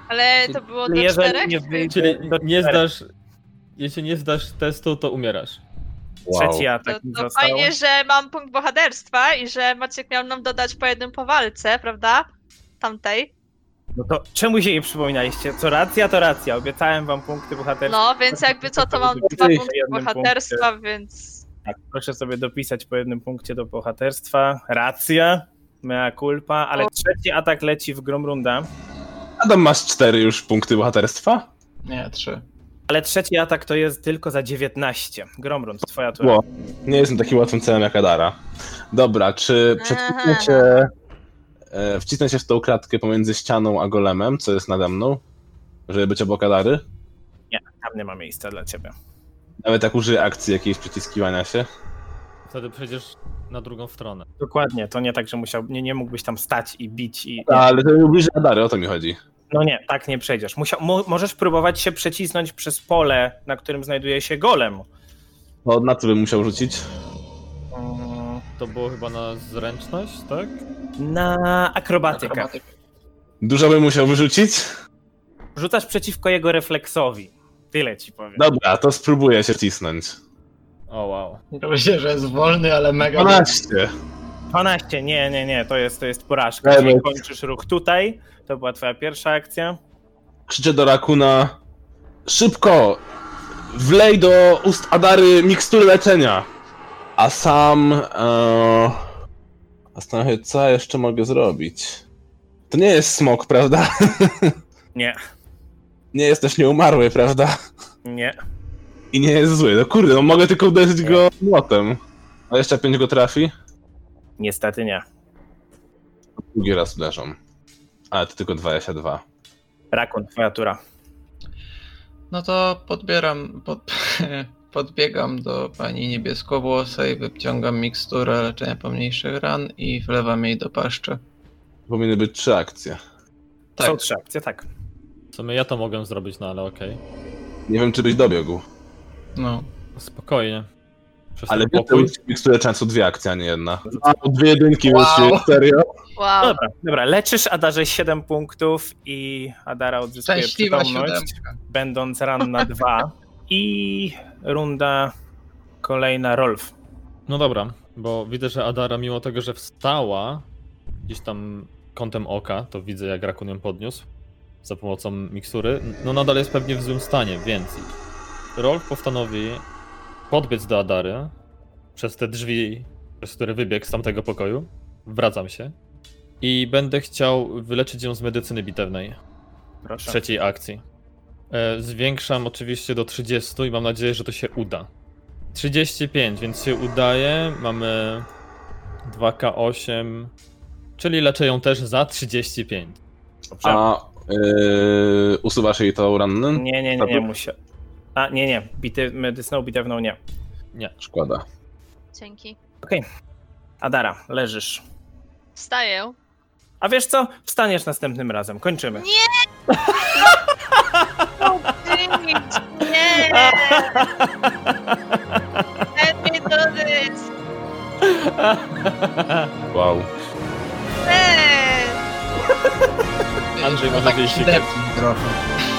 Speaker 5: Ale to było do
Speaker 2: No Jeżeli
Speaker 5: czterech?
Speaker 2: nie wyjdzie
Speaker 4: Czyli
Speaker 2: do
Speaker 4: nie
Speaker 2: czterech.
Speaker 4: zdasz... Jeśli nie zdasz testu, to umierasz.
Speaker 2: Trzeci
Speaker 5: To,
Speaker 2: atak mi
Speaker 5: to
Speaker 2: został.
Speaker 5: fajnie, że mam punkt bohaterstwa i że Maciek miał nam dodać po jednym po walce, prawda? Tamtej.
Speaker 2: No to czemu się jej przypominaliście? Co racja, to racja. Obiecałem wam punkty bohaterskie.
Speaker 5: No, więc jakby co, to mam dwa
Speaker 2: Jednym
Speaker 5: punkty
Speaker 2: punktem.
Speaker 5: bohaterstwa, więc...
Speaker 2: Tak, proszę sobie dopisać po jednym punkcie do bohaterstwa. Racja, mea culpa, ale trzeci atak leci w Gromrunda.
Speaker 3: Adam, masz cztery już punkty bohaterstwa?
Speaker 6: Nie, trzy.
Speaker 2: Ale trzeci atak to jest tylko za 19. Gromrund, twoja tura.
Speaker 3: Ło, nie jestem takim łatwym celem jak Adara. Dobra, czy przecisnę
Speaker 5: Aha.
Speaker 3: się... E, wcisnę się w tą klatkę pomiędzy ścianą a golemem, co jest nade mną, żeby być obok Adary?
Speaker 2: Nie, tam nie ma miejsca dla ciebie.
Speaker 3: Nawet tak użyję akcji jakiejś przyciskiwania się.
Speaker 4: Wtedy przejdziesz na drugą stronę.
Speaker 2: Dokładnie, to nie tak, że musiał, nie, nie mógbliś tam stać i bić i... Nie.
Speaker 3: Tak, Ale to nie bliżej Adary, o to mi chodzi.
Speaker 2: No nie, tak nie przejdziesz. Musiał, mo, możesz próbować się przecisnąć przez pole, na którym znajduje się golem.
Speaker 3: To na co bym musiał rzucić?
Speaker 2: Mm,
Speaker 4: To było chyba na zręczność, tak?
Speaker 2: Na akrobatykę.
Speaker 6: Akrobatyka.
Speaker 3: Dużo bym musiał wyrzucić?
Speaker 2: Rzucasz przeciwko jego refleksowi. Tyle ci powiem.
Speaker 3: Dobra, to spróbuję się wcisnąć.
Speaker 4: O wow.
Speaker 6: Myślę, że jest wolny, ale
Speaker 2: No
Speaker 6: mega.
Speaker 3: 12.
Speaker 2: 12, nie, nie, nie, to jest, to jest porażka.
Speaker 3: Nie,
Speaker 2: Czyli
Speaker 3: no.
Speaker 2: kończysz ruch tutaj. To była twoja pierwsza akcja.
Speaker 3: Krzyczę do Rakuna. Szybko! Wlej do ust Adary mikstury leczenia! A sam... E... Zastanawiam się, co jeszcze mogę zrobić. To nie jest smok, prawda?
Speaker 2: Nie,
Speaker 3: Nie jest też nieumarły, prawda?
Speaker 2: nie.
Speaker 3: I nie jest zły. No kurde, no mogę tylko uderzyć go młotem. A jeszcze pięć go trafi?
Speaker 2: Niestety nie.
Speaker 3: Drugi raz uderzą. Ale to tylko 22.
Speaker 2: Rakun, twoja tura.
Speaker 6: No to podbieram, pod, podbiegam do pani niebieskowłosej, wyciągam miksturę leczenia pomniejszych ran i wlewam jej do paszczy.
Speaker 3: Powinny być trzy akcje.
Speaker 6: Tak.
Speaker 2: Są trzy akcje, tak.
Speaker 4: W sumie ja to mogę zrobić, no ale okej.
Speaker 3: Nie wiem, czy byś dobiegł.
Speaker 6: No.
Speaker 4: Spokojnie. Przez
Speaker 3: Ale
Speaker 4: ten pokój.
Speaker 3: miksturę czasu dwie akcje, a nie jedna. A, dwie jedynki
Speaker 6: Wow.
Speaker 3: wow. serio?
Speaker 5: Wow.
Speaker 2: Dobra, dobra. Leczysz Adarze 7 punktów i Adara odzyskuje
Speaker 6: Szczęśliwa
Speaker 2: przytomność,
Speaker 6: siódemka.
Speaker 2: będąc ranna 2. I runda kolejna Rolf.
Speaker 4: No dobra, bo widzę, że Adara mimo tego, że wstała gdzieś tam kątem oka, to widzę jak Rakun ją podniósł za pomocą mikstury, no nadal jest pewnie w złym stanie, więc Rolf postanowi podbiec do Adary przez te drzwi, przez które wybiegł z tamtego pokoju. Wracam się i będę chciał wyleczyć ją z medycyny bitewnej w
Speaker 2: Proszę.
Speaker 4: trzeciej akcji. E, Zwiększam oczywiście do 30 i mam nadzieję, że to się uda. 35, więc się udaje. Mamy 2K8, czyli leczę ją też za 35.
Speaker 2: Dobrze.
Speaker 3: A yy, usuwasz jej to rannym?
Speaker 2: Nie, nie, nie, nie muszę. A, nie, nie. Bity, medycyną bitewną nie.
Speaker 3: Szkoda.
Speaker 5: Dzięki.
Speaker 2: Adara, leżysz.
Speaker 5: Wstaję.
Speaker 2: A wiesz co? Wstaniesz następnym razem. Kończymy.
Speaker 5: Nic, Nie! Let me do this!
Speaker 3: Wow.
Speaker 5: Nie!
Speaker 4: Andrzej, może
Speaker 6: Taki No
Speaker 4: wyjść się
Speaker 6: depnij tak trochę.